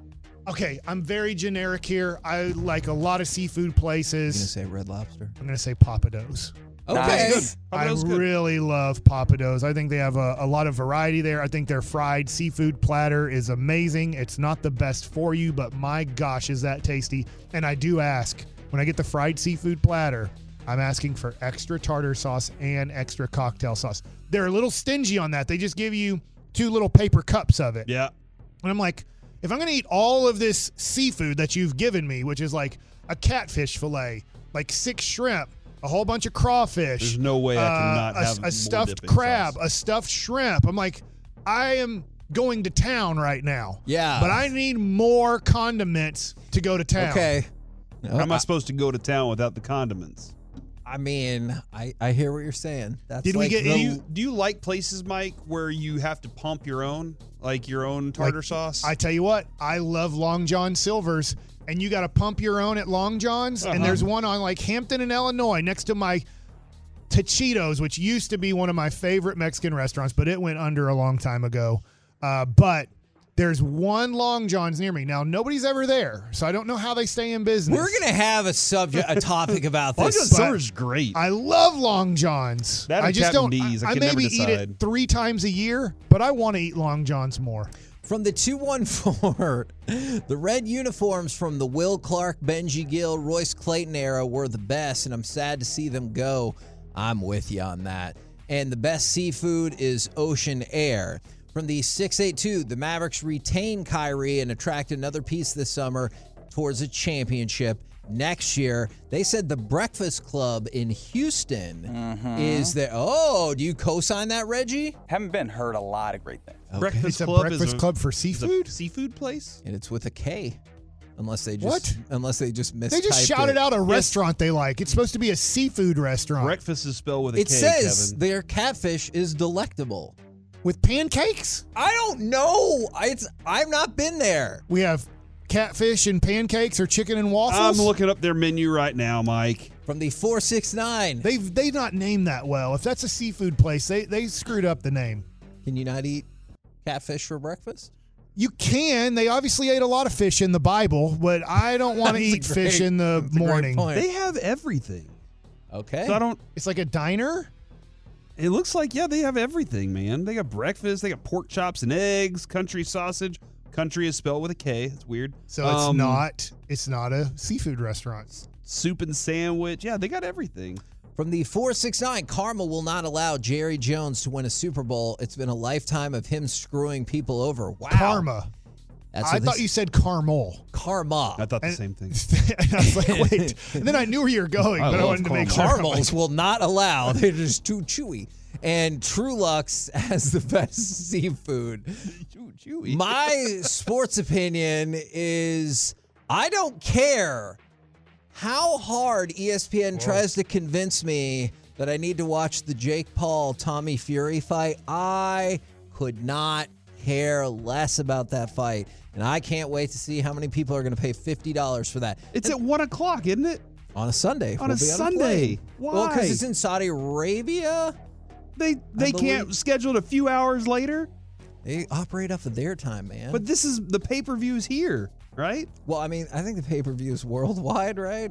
Speaker 5: Okay, I'm very generic here. I like a lot of seafood
Speaker 2: I'm gonna
Speaker 5: places.
Speaker 2: say Red Lobster.
Speaker 5: I'm going to say Papa Do's.
Speaker 2: Okay.
Speaker 7: Nice.
Speaker 5: I
Speaker 3: Papado's good.
Speaker 5: really love Papa Do's. I think they have a, a lot of variety there. I think their fried seafood platter is amazing. It's not the best for you, but my gosh, is that tasty. And I do ask when I get the fried seafood platter, I'm asking for extra tartar sauce and extra cocktail sauce. They're a little stingy on that. They just give you two little paper cups of it.
Speaker 3: Yeah.
Speaker 5: And I'm like, if I'm going to eat all of this seafood that you've given me, which is like a catfish fillet, like six shrimp, a whole bunch of crawfish. uh,
Speaker 3: There's no way I cannot
Speaker 5: a,
Speaker 3: have
Speaker 5: a
Speaker 3: more
Speaker 5: stuffed
Speaker 3: dipping
Speaker 5: crab,
Speaker 3: sauce.
Speaker 5: a stuffed shrimp. I'm like, I am going to town right now.
Speaker 2: Yeah.
Speaker 5: But I need more condiments to go to town.
Speaker 2: Okay. No,
Speaker 3: How am Oh, I
Speaker 2: I,
Speaker 3: supposed to go to town without the condiments?
Speaker 2: I mean, I, I hear what you're saying. That's
Speaker 5: Did we
Speaker 2: like
Speaker 5: get
Speaker 2: the-
Speaker 3: Do you do you like places, Mike, where you have to pump your own, like your own tartar sauce?
Speaker 5: I tell you what, I love Long John Silver's, and you got to pump your own at Long John's.
Speaker 3: Uh-huh.
Speaker 5: And there's one on like Hampton in Illinois next to my Tachitos, which used to be one of my favorite Mexican restaurants, but it went under a long time ago. Uh, but there's one Long John's near me. Now, nobody's ever there, so I don't know how they stay in business.
Speaker 2: We're gonna have a subject, a topic about
Speaker 3: Long John
Speaker 2: this.
Speaker 3: Silver's great.
Speaker 5: I love Long John's.
Speaker 3: That or
Speaker 5: I just don't.
Speaker 3: Captain D's, I
Speaker 5: I,
Speaker 3: can never
Speaker 5: maybe eat it
Speaker 3: decide.
Speaker 5: three times a year, but I want to eat Long John's more.
Speaker 2: From the 214, the red uniforms from the Will Clark, Benji Gill, Royce Clayton era were the best, and I'm sad to see them go. I'm with you on that. And the best seafood is ocean air. From the 682, the Mavericks retain Kyrie and attract another piece this summer towards a championship next year. They said the Breakfast Club in Houston is there. Oh, do you co sign that, Reggie?
Speaker 7: Haven't been heard a lot of great things.
Speaker 5: It's a
Speaker 3: Club is
Speaker 5: breakfast
Speaker 3: a-
Speaker 5: club for
Speaker 3: is a
Speaker 5: seafood.
Speaker 3: seafood place.
Speaker 2: And it's with a K. unless they just
Speaker 5: What?
Speaker 2: unless they just missed.
Speaker 5: They just shouted out a restaurant they like. It's supposed to be a seafood restaurant.
Speaker 3: Breakfast is spelled with a
Speaker 2: It
Speaker 3: K,
Speaker 2: says
Speaker 3: Kevin.
Speaker 2: their catfish is delectable.
Speaker 5: With pancakes?
Speaker 2: I don't know. I- It's I've not been there.
Speaker 5: We have catfish and pancakes or chicken and
Speaker 3: I'm
Speaker 5: waffles.
Speaker 3: looking up their menu right now, Mike.
Speaker 2: From the four six nine.
Speaker 5: They've they not named that well. If that's a seafood place, they they screwed up the name.
Speaker 2: Can you not eat catfish for breakfast?
Speaker 5: You can. They obviously ate a lot of fish in the Bible, but I don't want to
Speaker 2: That's a
Speaker 5: eat fish
Speaker 2: great-
Speaker 5: in the
Speaker 2: that's a great
Speaker 5: morning.
Speaker 2: point.
Speaker 3: They have everything.
Speaker 2: Okay.
Speaker 3: So I don't.
Speaker 5: It's like a diner.
Speaker 3: It looks like yeah, they have everything, man. They got breakfast. They got pork chops and eggs, country sausage. Country is spelled with a K. It's weird.
Speaker 5: So it's
Speaker 3: Um,
Speaker 5: not it's not a seafood restaurant.
Speaker 3: soup and sandwich. Yeah, they got everything.
Speaker 2: From the 469, karma will not allow Jerry Jones to win a Super Bowl. It's been a lifetime of him screwing people over. Wow.
Speaker 5: Karma.
Speaker 2: That's
Speaker 5: I
Speaker 2: what
Speaker 5: thought
Speaker 2: this-
Speaker 5: you said Carmel.
Speaker 3: I
Speaker 2: karma.
Speaker 3: thought the
Speaker 5: And-
Speaker 3: same thing.
Speaker 5: and I was like, wait. And then I knew where you were going,
Speaker 3: I
Speaker 5: but I
Speaker 3: love
Speaker 5: wanted to make sure. I'm like,
Speaker 2: Caramels will not allow. They're just too chewy. And Trulux has the best seafood. My sports opinion is I don't care how hard E ESPN tries to convince me that I need to watch the Jake Paul Tommy Fury fight. I could not care less about that fight. And I can't wait to see how many people are going to pay $50 for that
Speaker 3: It's at one o'clock, isn't it?
Speaker 2: on a Sunday.
Speaker 3: On
Speaker 2: We'll
Speaker 3: a
Speaker 2: be
Speaker 3: Sunday?
Speaker 2: plane. Well,
Speaker 3: Why?
Speaker 2: because it's in Saudi Arabia.
Speaker 3: They they can't
Speaker 2: believe-
Speaker 3: schedule it a few hours later.
Speaker 2: They operate off of their time, man.
Speaker 3: But this is the pay per views here, right?
Speaker 2: well, I mean, I think the pay per view is worldwide, right?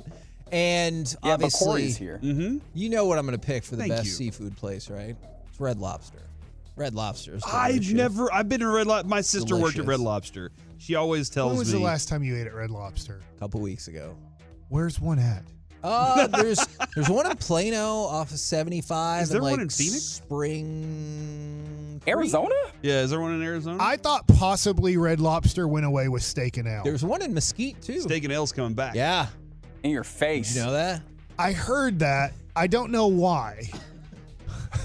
Speaker 2: And
Speaker 7: Yeah, but
Speaker 2: obviously,
Speaker 7: Corey's here.
Speaker 3: Mm-hmm.
Speaker 2: you know what I'm going to pick for the
Speaker 3: Thank
Speaker 2: best
Speaker 3: you.
Speaker 2: seafood place, right? It's Red Lobster. Red Lobster. is
Speaker 3: I've
Speaker 2: delicious.
Speaker 3: never. I've been to Red Lobster. My sister worked at
Speaker 2: Delicious.
Speaker 3: Red Lobster. She always tells
Speaker 5: When was
Speaker 3: me.
Speaker 5: the last time you ate at Red Lobster?
Speaker 2: A couple weeks ago.
Speaker 5: Where's one at?
Speaker 2: Uh, there's there's one in Plano off of 75.
Speaker 3: Is there
Speaker 2: and,
Speaker 3: one
Speaker 2: like,
Speaker 3: in Phoenix?
Speaker 2: Spring. Creek?
Speaker 7: Arizona?
Speaker 3: yeah, is there one in Arizona?
Speaker 5: I thought possibly Red Lobster went away with steak and ale.
Speaker 2: There's one in Mesquite, too.
Speaker 3: Steak and L's coming back.
Speaker 2: Yeah.
Speaker 7: In your face.
Speaker 2: You know that?
Speaker 5: I heard that. I don't know why.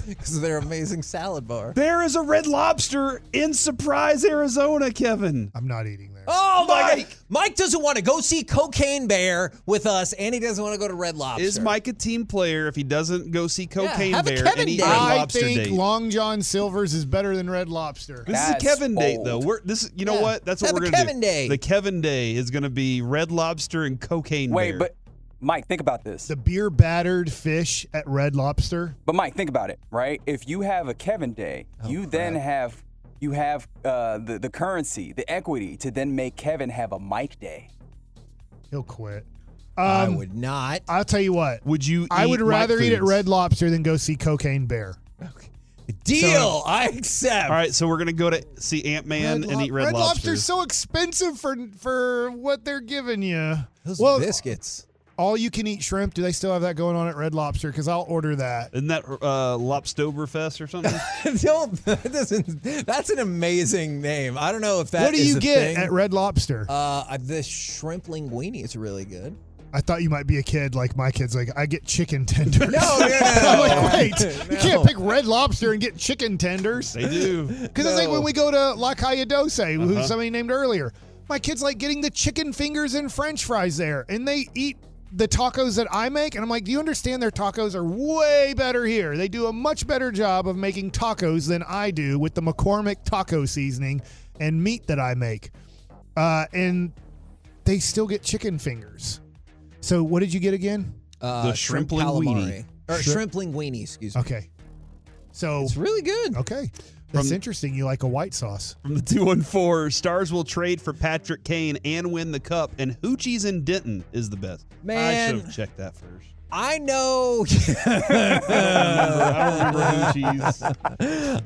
Speaker 2: Because of their amazing salad bar.
Speaker 3: There is a Red Lobster in Surprise, Arizona, Kevin.
Speaker 5: I'm not eating there.
Speaker 2: Oh my
Speaker 3: Mike!
Speaker 2: God. Mike doesn't want to go see Cocaine Bear with us, and he doesn't want to go to Red Lobster.
Speaker 3: Is Mike a team player if he doesn't go see Cocaine
Speaker 2: have a
Speaker 3: Bear
Speaker 2: Kevin
Speaker 3: and eat
Speaker 2: day.
Speaker 3: Red
Speaker 2: I
Speaker 5: I
Speaker 3: Lobster
Speaker 5: think
Speaker 3: date?
Speaker 5: Long John Silver's is better than Red Lobster.
Speaker 3: This
Speaker 7: That's
Speaker 3: is a Kevin date,
Speaker 7: bold.
Speaker 3: though. We're this. is- You know
Speaker 2: Yeah.
Speaker 3: what? That's what
Speaker 2: Have
Speaker 3: we're
Speaker 2: a
Speaker 3: gonna
Speaker 2: Kevin
Speaker 3: do.
Speaker 2: day.
Speaker 3: The Kevin day is gonna be Red Lobster and cocaine.
Speaker 7: Wait,
Speaker 3: Bear.
Speaker 7: but Mike, think about this.
Speaker 5: The beer battered fish at Red Lobster.
Speaker 7: But Mike, think about it, right? If you have a Kevin Day, you then have you have uh, the the currency, the equity to then make Kevin have a Mike Day.
Speaker 5: He'll quit.
Speaker 2: I
Speaker 5: Um,
Speaker 2: would not.
Speaker 5: I'll tell you what.
Speaker 3: would you?
Speaker 5: I
Speaker 3: eat
Speaker 5: would
Speaker 3: Mike
Speaker 5: rather eat at
Speaker 3: foods?
Speaker 5: Red Lobster than go see Cocaine Bear.
Speaker 2: Deal. I accept.
Speaker 3: All right, so we're gonna go to see Ant Man and
Speaker 5: Lo-
Speaker 3: eat Red,
Speaker 5: Red
Speaker 3: Lobster.
Speaker 5: Lobster's so expensive for for what they're giving you.
Speaker 2: Those
Speaker 5: well,
Speaker 2: biscuits.
Speaker 5: all you can eat shrimp. Do they still have that going on at Red Lobster? Because I'll order that.
Speaker 3: Isn't that uh, Lobstoberfest or something?
Speaker 2: Don't. That doesn't, that's an amazing name. I don't know if that.
Speaker 5: what do
Speaker 2: is
Speaker 5: you
Speaker 2: a
Speaker 5: get
Speaker 2: thing.
Speaker 5: at Red Lobster?
Speaker 2: Uh, I- the shrimp linguine is really good.
Speaker 5: I thought you might be a kid like my kids. Like I get chicken tenders.
Speaker 2: No, no, no,
Speaker 5: I'm
Speaker 2: no.
Speaker 5: like, wait, you
Speaker 2: No.
Speaker 5: can't pick Red Lobster and get chicken tenders.
Speaker 3: they do.
Speaker 5: Because I think
Speaker 2: No. Uh-huh.
Speaker 5: when we go to La Calle Dose, who somebody named earlier, my kids like getting the chicken fingers and French fries there, and they eat the tacos that I make. And I'm like, do you understand? Their tacos are way better here. They do a much better job of making tacos than I do with the McCormick taco seasoning and meat that I make. Uh, and they still get chicken fingers. So what did you get again?
Speaker 2: Uh,
Speaker 3: The shrimp linguine.
Speaker 2: calamari. or
Speaker 5: Shri-
Speaker 2: shrimp linguine. Excuse me.
Speaker 5: Okay. So
Speaker 2: It's really good.
Speaker 5: okay, that's
Speaker 3: From-
Speaker 5: interesting. You like a white sauce?
Speaker 3: From the 214, Stars will trade for Patrick Kane and win the cup, and Hoochie's in Denton is the best. I should
Speaker 2: Man.
Speaker 3: have checked that first.
Speaker 2: I know.
Speaker 3: I don't remember Hoochie's.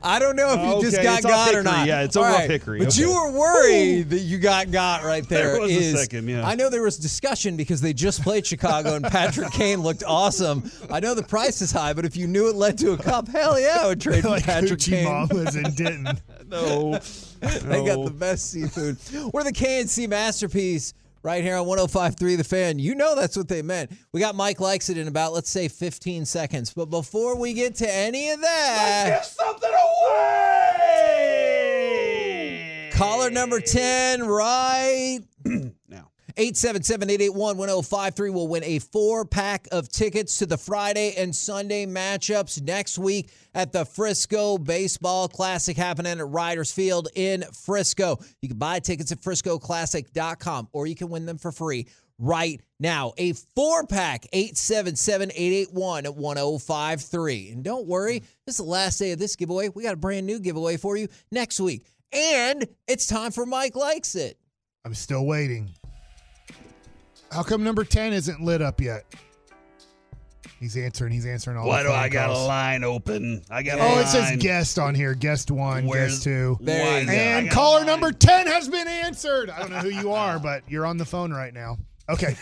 Speaker 2: I don't know if you
Speaker 3: Okay,
Speaker 2: just got
Speaker 3: it's on
Speaker 2: got
Speaker 3: Hickory.
Speaker 2: or not.
Speaker 3: Yeah, it's
Speaker 2: All
Speaker 3: over on
Speaker 2: right,
Speaker 3: Hickory.
Speaker 2: But you
Speaker 3: Okay.
Speaker 2: were worried that you got got right there.
Speaker 3: There was a
Speaker 2: is-
Speaker 3: second, yeah.
Speaker 2: I know there was discussion because they just played Chicago and Patrick Kane looked awesome. I know the price is high, but if you knew it led to a cup, hell yeah, I would trade for
Speaker 5: like
Speaker 2: Patrick
Speaker 5: Hoochie
Speaker 2: Kane.
Speaker 5: Mamas in Denton.
Speaker 3: No.
Speaker 2: They got
Speaker 3: No.
Speaker 2: the best seafood. We're the KNC masterpiece right here on 105.3 The Fan. You know that's what they meant. We got Mike likes it in about let's say 15 seconds. But before we get to any of that,
Speaker 3: something away!
Speaker 2: caller number 10 right
Speaker 3: Now.
Speaker 2: 877 881 1053 will win a four pack of tickets to the Friday and Sunday matchups next week at the Frisco Baseball Classic happening at Riders Field in Frisco. You can buy tickets at friscoclassic.com or you can win them for free right now. A four pack, 877 881 1053. And don't worry, this is the last day of this giveaway. We got a brand new giveaway for you next week. And it's time for Mike Likes It.
Speaker 5: I'm still waiting. How come number 10 isn't lit up yet? He's answering. He's answering all
Speaker 3: Why
Speaker 5: the
Speaker 3: do
Speaker 5: phone
Speaker 3: I got a
Speaker 5: calls.
Speaker 3: line open? I got.
Speaker 5: Oh,
Speaker 3: a line.
Speaker 5: it says guest on here. Guest one, guest two.
Speaker 3: There you go.
Speaker 5: and
Speaker 3: I got
Speaker 5: caller number 10 has been answered. I don't know who you are, but you're on the phone right now. Okay.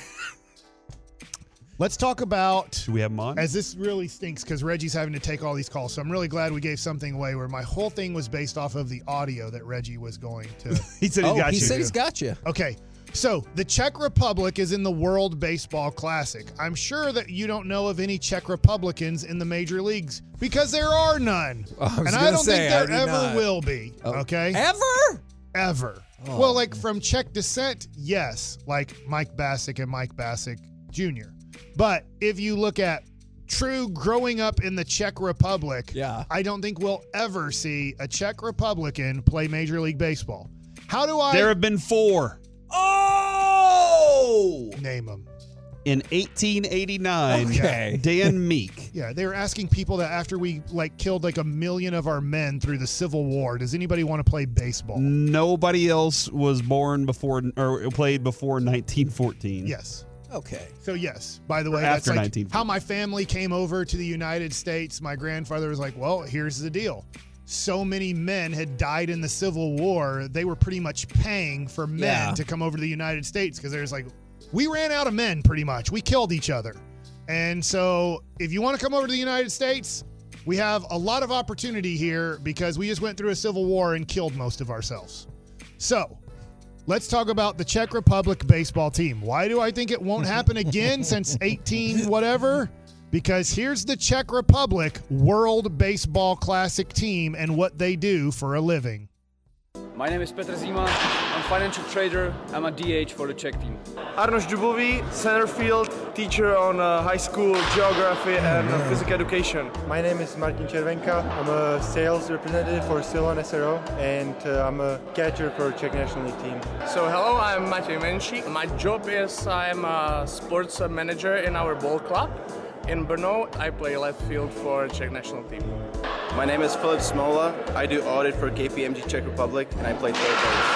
Speaker 5: Let's talk about.
Speaker 3: Do we have him on?
Speaker 5: As this really stinks because Reggie's having to take all these calls. So I'm really glad we gave something away where my whole thing was based off of the audio that Reggie was going to.
Speaker 3: he said he
Speaker 2: oh,
Speaker 3: got
Speaker 2: he
Speaker 3: you.
Speaker 2: said he's got you.
Speaker 5: Okay. So, the Czech Republic is in the World Baseball Classic. I'm sure that you don't know of any Czech Republicans in the major leagues because there are none.
Speaker 2: I was
Speaker 5: and I
Speaker 2: gonna
Speaker 5: don't
Speaker 2: say,
Speaker 5: think
Speaker 2: I
Speaker 5: there
Speaker 2: did
Speaker 5: ever
Speaker 2: not. Oh. Eh?
Speaker 5: will be. Okay?
Speaker 2: Ever?
Speaker 5: Ever.
Speaker 2: Oh,
Speaker 5: well, like from Czech descent, yes, like Mike Bassick and Mike Bassick Jr. But if you look at true growing up in the Czech Republic,
Speaker 2: Yeah.
Speaker 5: I don't think we'll ever see a Czech Republican play Major League Baseball. How do I
Speaker 3: There have been four.
Speaker 2: Oh!
Speaker 5: name them?
Speaker 3: In 1889,
Speaker 2: Okay.
Speaker 3: Dan Meek.
Speaker 5: Yeah, they were asking people that after we like killed like a million of our men through the Civil War, does anybody want to play baseball?
Speaker 3: Nobody else was born before or played before 1914.
Speaker 5: Yes.
Speaker 2: Okay.
Speaker 5: So yes. By the way,
Speaker 3: Or
Speaker 5: that's
Speaker 3: after
Speaker 5: like
Speaker 3: 19.
Speaker 5: how my family came over to the United States. My grandfather was like, "Well, here's the deal." So many men had died in the Civil War. They were pretty much paying for men
Speaker 2: Yeah.
Speaker 5: to come over to the United States because there's like, we ran out of men pretty much. We killed each other. And so, if you want to come over to the United States, we have a lot of opportunity here because we just went through a civil war and killed most of ourselves. So, let's talk about the Czech Republic baseball team. Why do I think it won't happen again since 18 whatever? Because here's the Czech Republic World Baseball Classic team and what they do for a living.
Speaker 9: My name is Petr Zima. I'm financial trader. I'm a DH for the Czech team.
Speaker 10: Arnoš Dubovi, center field teacher on uh, high school geography and uh, physical education.
Speaker 11: My name is Martin Cervenka. I'm a sales representative for Silvan SRO and uh, I'm a catcher for Czech National League team.
Speaker 12: So hello, I'm Matej Menšík. My job is I'm a sports manager in our ball club. In Brno, I play left field for Czech national team.
Speaker 13: My name is Philip Smola. I do audit for KPMG Czech Republic and I play third base.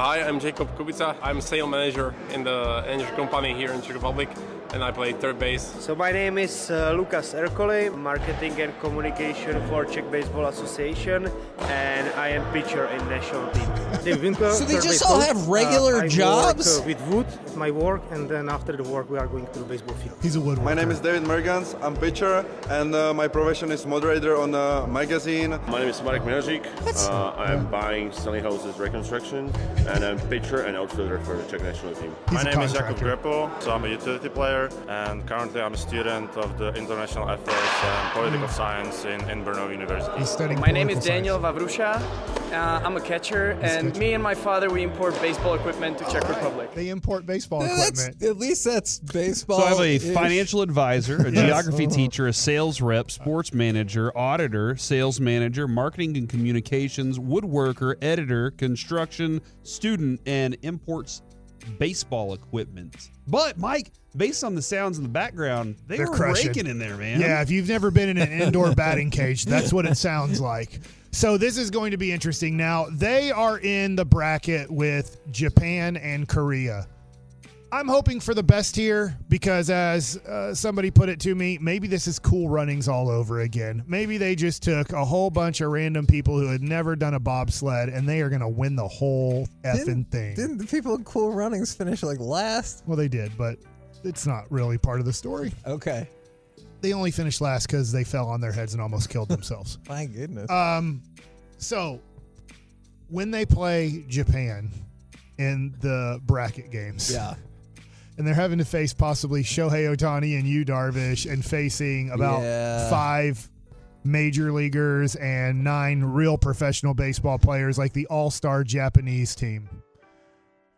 Speaker 14: Hi, I'm Jacob Kubica. I'm sale manager in the energy company here in Czech Republic, and I play third base.
Speaker 15: So my name is uh, Lucas Ercole, marketing and communication for Czech Baseball Association, and I am pitcher in national team. Dave Winkler,
Speaker 2: So they
Speaker 15: third
Speaker 2: just
Speaker 15: base
Speaker 2: all
Speaker 15: coach.
Speaker 2: have regular
Speaker 15: I work,
Speaker 2: jobs?
Speaker 15: uh, with wood, it's my work, and then after the work we are going to the baseball field.
Speaker 5: He's a woodworker.
Speaker 13: My name is David Mergans. I'm pitcher and uh, my profession is moderator on a magazine.
Speaker 16: My name is Marek Menazik. Uh, I'm buying Stanley Houses Reconstruction, and I'm pitcher and outfielder for the Czech national team.
Speaker 14: My name is Jakub Grepo, so I'm a utility player, and currently I'm a student of the International Affairs and Political
Speaker 5: Hmm.
Speaker 14: Science in, in Brno University.
Speaker 12: My name is Daniel Vavrusha. Uh, I'm a catcher, and me and my father we import baseball equipment to Czech Republic.
Speaker 5: They import baseball
Speaker 2: That's,
Speaker 5: equipment.
Speaker 2: at least that's baseball.
Speaker 3: So I have a financial advisor, a
Speaker 2: Yes.
Speaker 3: geography
Speaker 5: Uh-huh.
Speaker 3: teacher, a sales rep, sports manager, auditor, sales manager, marketing and communications, woodworker, editor, construction student, and imports baseball equipment. But Mike, based on the sounds in the background, they
Speaker 5: They're
Speaker 3: were
Speaker 5: crushing.
Speaker 3: raking in there, man.
Speaker 5: Yeah, if you've never been in an indoor batting cage, that's what it sounds like. So this is going to be interesting. Now, they are in the bracket with Japan and Korea. I'm hoping for the best here because, as uh, somebody put it to me, maybe this is cool runnings all over again. Maybe they just took a whole bunch of random people who had never done a bobsled and they are going to win the whole effing thing.
Speaker 2: Didn't the people in Cool Runnings finish like last?
Speaker 5: Well, they did, but it's not really part of the story.
Speaker 2: Okay.
Speaker 5: They only finished last because they fell on their heads and almost killed themselves.
Speaker 2: My goodness.
Speaker 3: Uh,
Speaker 5: Um, so when they play Japan in the bracket games,
Speaker 2: yeah.
Speaker 5: and they're having to face possibly Shohei Otani and Yu Darvish, and facing about
Speaker 2: Yeah.
Speaker 5: five major leaguers and nine real professional baseball players, like the All Star Japanese team.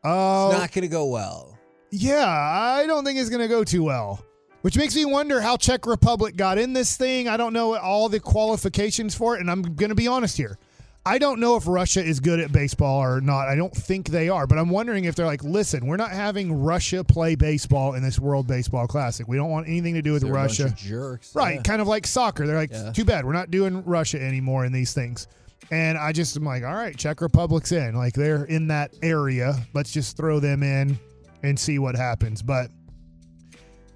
Speaker 5: Oh,
Speaker 2: it's not going to go well.
Speaker 5: Yeah, I don't think it's going to go too well. Which makes me wonder how Czech Republic got in this thing. I don't know all the qualifications for it, and I'm going to be honest here. I don't know if Russia is good at baseball or not. I don't think they are, but I'm wondering if they're like, listen, we're not having Russia play baseball in this World Baseball Classic. We don't want anything to do with
Speaker 2: They're a bunch
Speaker 5: Russia.
Speaker 2: of jerks.
Speaker 5: Right,
Speaker 2: Yeah.
Speaker 5: kind of like soccer. They're like,
Speaker 2: Yeah.
Speaker 5: too bad, we're not doing Russia anymore in these things. And I just am like, all right, Czech Republic's in. Like they're in that area. Let's just throw them in and see what happens. But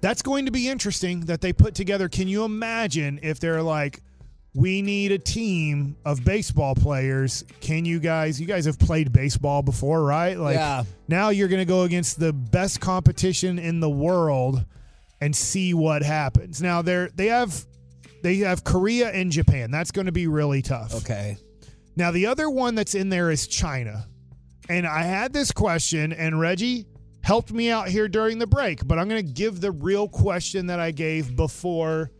Speaker 5: that's going to be interesting that they put together. Can you imagine if they're like, we need a team of baseball players. Can you guys, you guys have played baseball before, right? Like
Speaker 2: Yeah.
Speaker 5: now you're going to go against the best competition in the world and see what happens. Now they're, they have, they have Korea and Japan. That's going to be really tough.
Speaker 2: Okay.
Speaker 5: Now the other one that's in there is China. And I had this question, and Reggie helped me out here during the break, but I'm going to give the real question that I gave before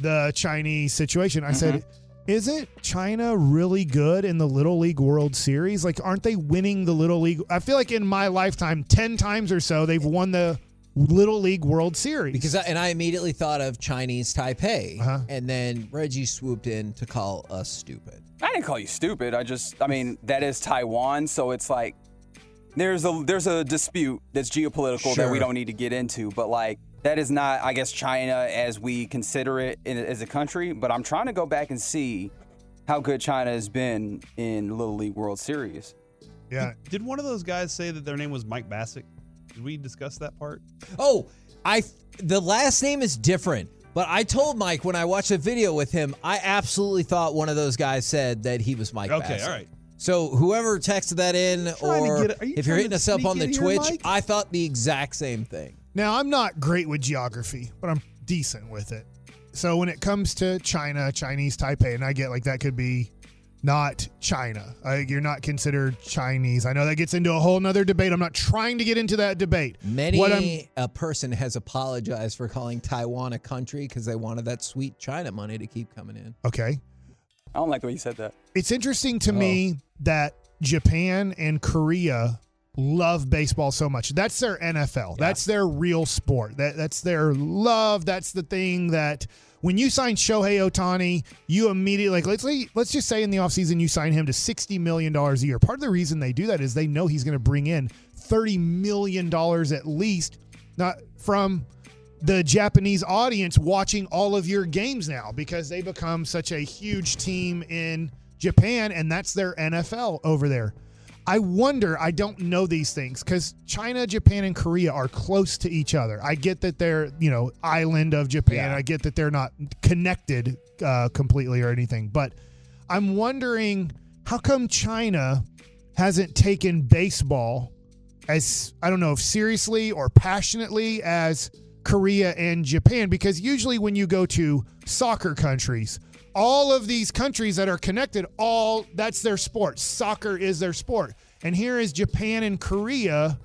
Speaker 5: the Chinese situation. I said,
Speaker 2: Mm-hmm.
Speaker 5: Isn't China really good in the Little League World Series? Like, aren't they winning the Little League? I feel like in my lifetime, 10 times or so, they've won the Little League World Series.
Speaker 2: Because I, and I immediately thought of Chinese Taipei,
Speaker 3: Uh-huh.
Speaker 2: and then Reggie swooped in to call us stupid.
Speaker 7: I didn't call you stupid. I just, I mean, that is Taiwan, so it's like there's a there's a dispute that's geopolitical that
Speaker 2: Sure.
Speaker 7: we don't need to get into, but like that is not, I guess, China as we consider it in, as a country. But I'm trying to go back and see how good China has been in Little League World Series.
Speaker 5: Yeah.
Speaker 3: Did one of those guys say that their name was Mike Bassick? Did we discuss that part?
Speaker 2: Oh, I the last name is different, but I told Mike when I watched a video with him, I absolutely thought one of those guys said that he was Mike.
Speaker 3: Okay,
Speaker 2: Bassett.
Speaker 3: all right.
Speaker 2: So whoever texted that in,
Speaker 5: trying to
Speaker 2: or
Speaker 5: get- are you
Speaker 2: if you're
Speaker 5: trying
Speaker 2: hitting
Speaker 5: to
Speaker 2: us up
Speaker 5: sneak
Speaker 2: on the
Speaker 5: in here,
Speaker 2: Twitch,
Speaker 5: Mike?
Speaker 2: I thought the exact same thing.
Speaker 5: Now, I'm not great with geography, but I'm decent with it. So when it comes to China, Chinese Taipei, and I get like that could be not China. Uh, you're not considered Chinese. I know that gets into a whole nother debate. I'm not trying to get into that debate.
Speaker 2: Many
Speaker 5: What I'm-
Speaker 2: a person has apologized for calling Taiwan a country because they wanted that sweet China money to keep coming in.
Speaker 5: okay.
Speaker 7: I don't like the way you said that. Oh.
Speaker 5: It's interesting to me that Japan and Korea love baseball so much. That's their NFL. That's their real sport. That that's their love. That's the thing that when you sign Shohei Otani, you immediately like let's say- let's just say in the offseason you sign him to $60 million a year. Part of the reason they do that is they know he's going to bring in $30 million at least not from the Japanese audience watching all of your games now because they become such a huge team in Japan and that's their NFL over there. I wonder, I don't know these things because China, Japan, and Korea are close to each other. I get that they're, you know, island of Japan. I get that they're not connected uh, completely or anything, but I'm wondering how come China hasn't taken baseball as I don't know if seriously or passionately as Korea and Japan because usually when you go to soccer countries all of these countries that are connected all that's their sport soccer is their sport and here is Japan and Korea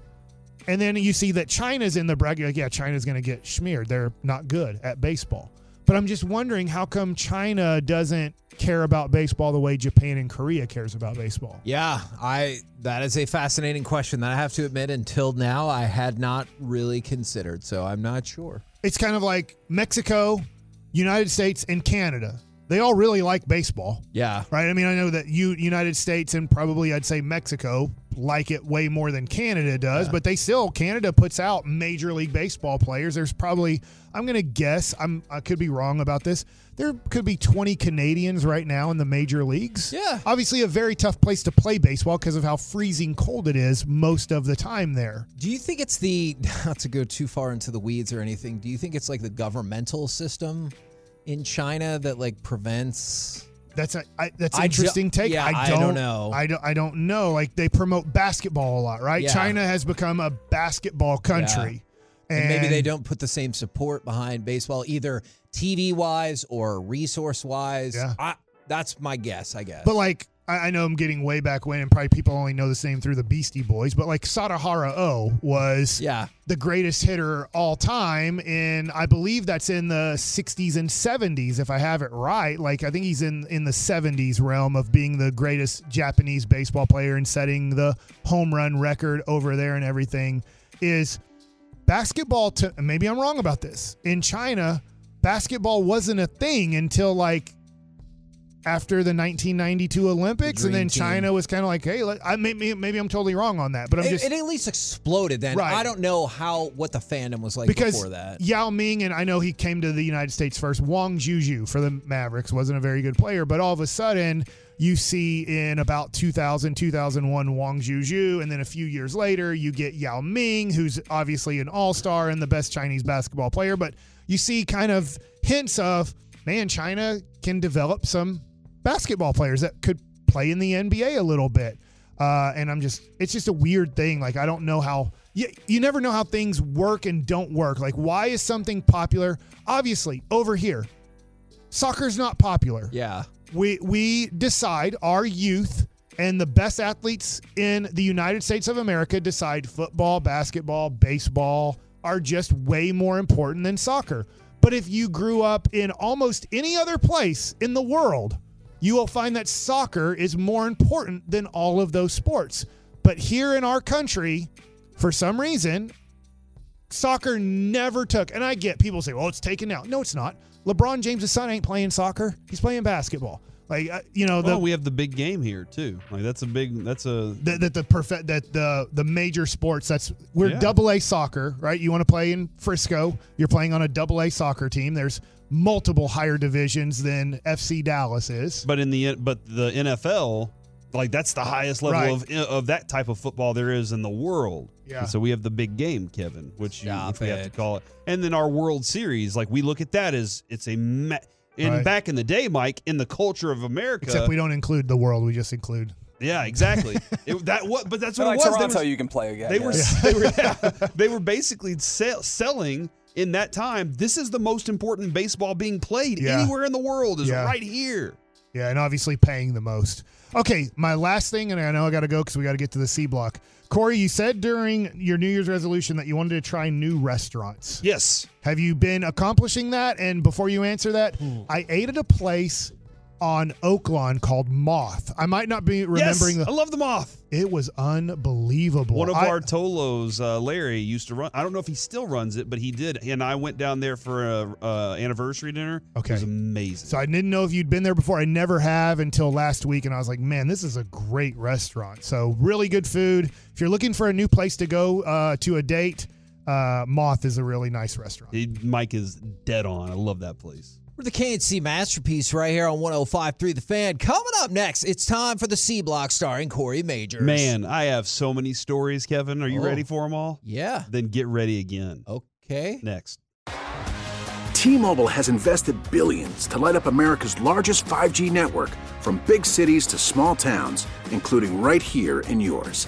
Speaker 5: and then you see that China's in the bracket. Like, yeah, China's going to get smeared. They're not good at baseball. But I'm just wondering how come China doesn't care about baseball the way Japan and Korea cares about baseball.
Speaker 2: Yeah, I that is a fascinating question that I have to admit until now I had not really considered, so I'm not sure.
Speaker 5: It's kind of like Mexico, United States, and Canada. They all really like baseball.
Speaker 2: Yeah.
Speaker 5: Right. I mean, I know that you United States and probably I'd say Mexico like it way more than Canada does, but they still Canada puts out major league baseball players. There's probably I'm going to guess I'm I could be wrong about this. There could be 20 Canadians right now in the major leagues. Yeah. Obviously a very tough place to play baseball because of how freezing cold it is most of the time there.
Speaker 2: Do you think it's the not to go too far into the weeds or anything? Do you think it's like the governmental system in China that like prevents
Speaker 5: That's a I, that's an
Speaker 2: I do-
Speaker 5: interesting take.
Speaker 2: yeah, I
Speaker 5: I
Speaker 2: don't
Speaker 5: don't,
Speaker 2: know.
Speaker 5: I don't, I don't know. Like they promote basketball a lot, right?
Speaker 2: Yeah.
Speaker 5: China has become a basketball country.
Speaker 2: Yeah. And, maybe they don't put the same support behind baseball either TV wise or resource wise.
Speaker 5: Yeah.
Speaker 2: I, that's my guess, I guess.
Speaker 5: But like I, I know I'm getting way back when, and probably people only know this name through the Beastie Boys. But like Sadahara O was
Speaker 2: yeah.
Speaker 5: the greatest hitter all time, and I believe that's in the 60s and 70s, if I have it right. Like I think he's in in the 70s realm of being the greatest Japanese baseball player and setting the home run record over there and everything. Is basketball to maybe I'm wrong about this. In China, basketball wasn't a thing until like after the 1992 Olympics, and
Speaker 2: Dream
Speaker 5: then
Speaker 2: team.
Speaker 5: China was kind of like, hey, let, I maybe maybe I'm totally wrong on that, but I'm
Speaker 2: it,
Speaker 5: just
Speaker 2: it at least exploded then.
Speaker 5: Right.
Speaker 2: I don't know how what the fandom was like
Speaker 5: because
Speaker 2: before that.
Speaker 5: Yao Ming and I know he came to the United States first. Wang Juju for the Mavericks wasn't a very good player, but all of a sudden you see in about 2000 2001 Wang Juju and then a few years later you get Yao Ming who's obviously an all-star and the best Chinese basketball player, but you see kind of hints of man China can develop some basketball players that could play in the NBA a little bit. Uh, and I'm just, it's just a weird thing. Like, I don't know how, you, you never know how things work and don't work. Like, why is something popular? Obviously, over here, soccer's not popular.
Speaker 2: Yeah.
Speaker 5: We, we decide our youth and the best athletes in the United States of America decide football, basketball, baseball are just way more important than soccer. But if you grew up in almost any other place in the world, you will find that soccer is more important than all of those sports. But here in our country, for some reason, soccer never took. And I get people say, "Well, it's taken now." No, it's not. LeBron James' son ain't playing soccer; he's playing basketball. Like uh, you know, the
Speaker 3: well, Oh, we have the big game here too. Like that's a big. That's a
Speaker 5: that, that the perfect that the the major sports that's we're
Speaker 3: Yeah.
Speaker 5: double A soccer, right? You want to play in Frisco, you're playing on a double A soccer team. There's multiple higher divisions than FC Dallas is.
Speaker 3: But in the but the NFL, like that's the highest level
Speaker 5: Right.
Speaker 3: of of that type of football there is in the world.
Speaker 5: Yeah.
Speaker 3: And so we have the big game, Kevin, which, you, which we have to call it, and then our World Series. Like we look at that as it's a ma- in
Speaker 5: Right.
Speaker 3: back in the day, Mike, in the culture of America.
Speaker 5: Except we don't include the world; we just include
Speaker 3: Yeah, exactly. It- that what, but that's what
Speaker 7: Like
Speaker 3: it was. They
Speaker 7: Toronto,
Speaker 3: were-
Speaker 7: you can play again,
Speaker 3: They
Speaker 7: yeah.
Speaker 3: were, they were, yeah, they were basically sell, selling in that time. This is the most important baseball being played
Speaker 5: Yeah.
Speaker 3: anywhere in the world. Is
Speaker 5: Yeah.
Speaker 3: right here.
Speaker 5: Yeah, and obviously paying the most. Okay, my last thing, and I know I got to go because we got to get to the C block. Corey, you said during your New Year's resolution that you wanted to try new restaurants.
Speaker 3: Yes.
Speaker 5: Have you been accomplishing that? And before you answer that, I ate at a place on Oaklawn called Moth. I might not be remembering
Speaker 3: Yes,
Speaker 5: the.
Speaker 3: I love the Moth.
Speaker 5: It was unbelievable.
Speaker 3: One of
Speaker 5: I-
Speaker 3: our Tolos, uh, Larry, used to run. I don't know if he still runs it, but he did. He and I went down there for a uh, anniversary dinner.
Speaker 5: Okay.
Speaker 3: it was amazing.
Speaker 5: So I didn't know if you'd been there before. I never have until last week, and I was like, man, this is a great restaurant. So really good food. If you're looking for a new place to go uh, to a date, uh, Moth is a really nice restaurant.
Speaker 3: He- Mike is dead on. I love that place.
Speaker 2: We're the KNC masterpiece right here on 105.3 The Fan. Coming up next, it's time for the C Block starring Corey Majors.
Speaker 3: Man, I have so many stories, Kevin. Are you
Speaker 2: Oh.
Speaker 3: ready for them all?
Speaker 2: Yeah.
Speaker 3: Then get ready again.
Speaker 2: Okay.
Speaker 3: Next.
Speaker 6: T-Mobile has invested billions to light up America's largest 5G network from big cities to small towns, including right here in yours.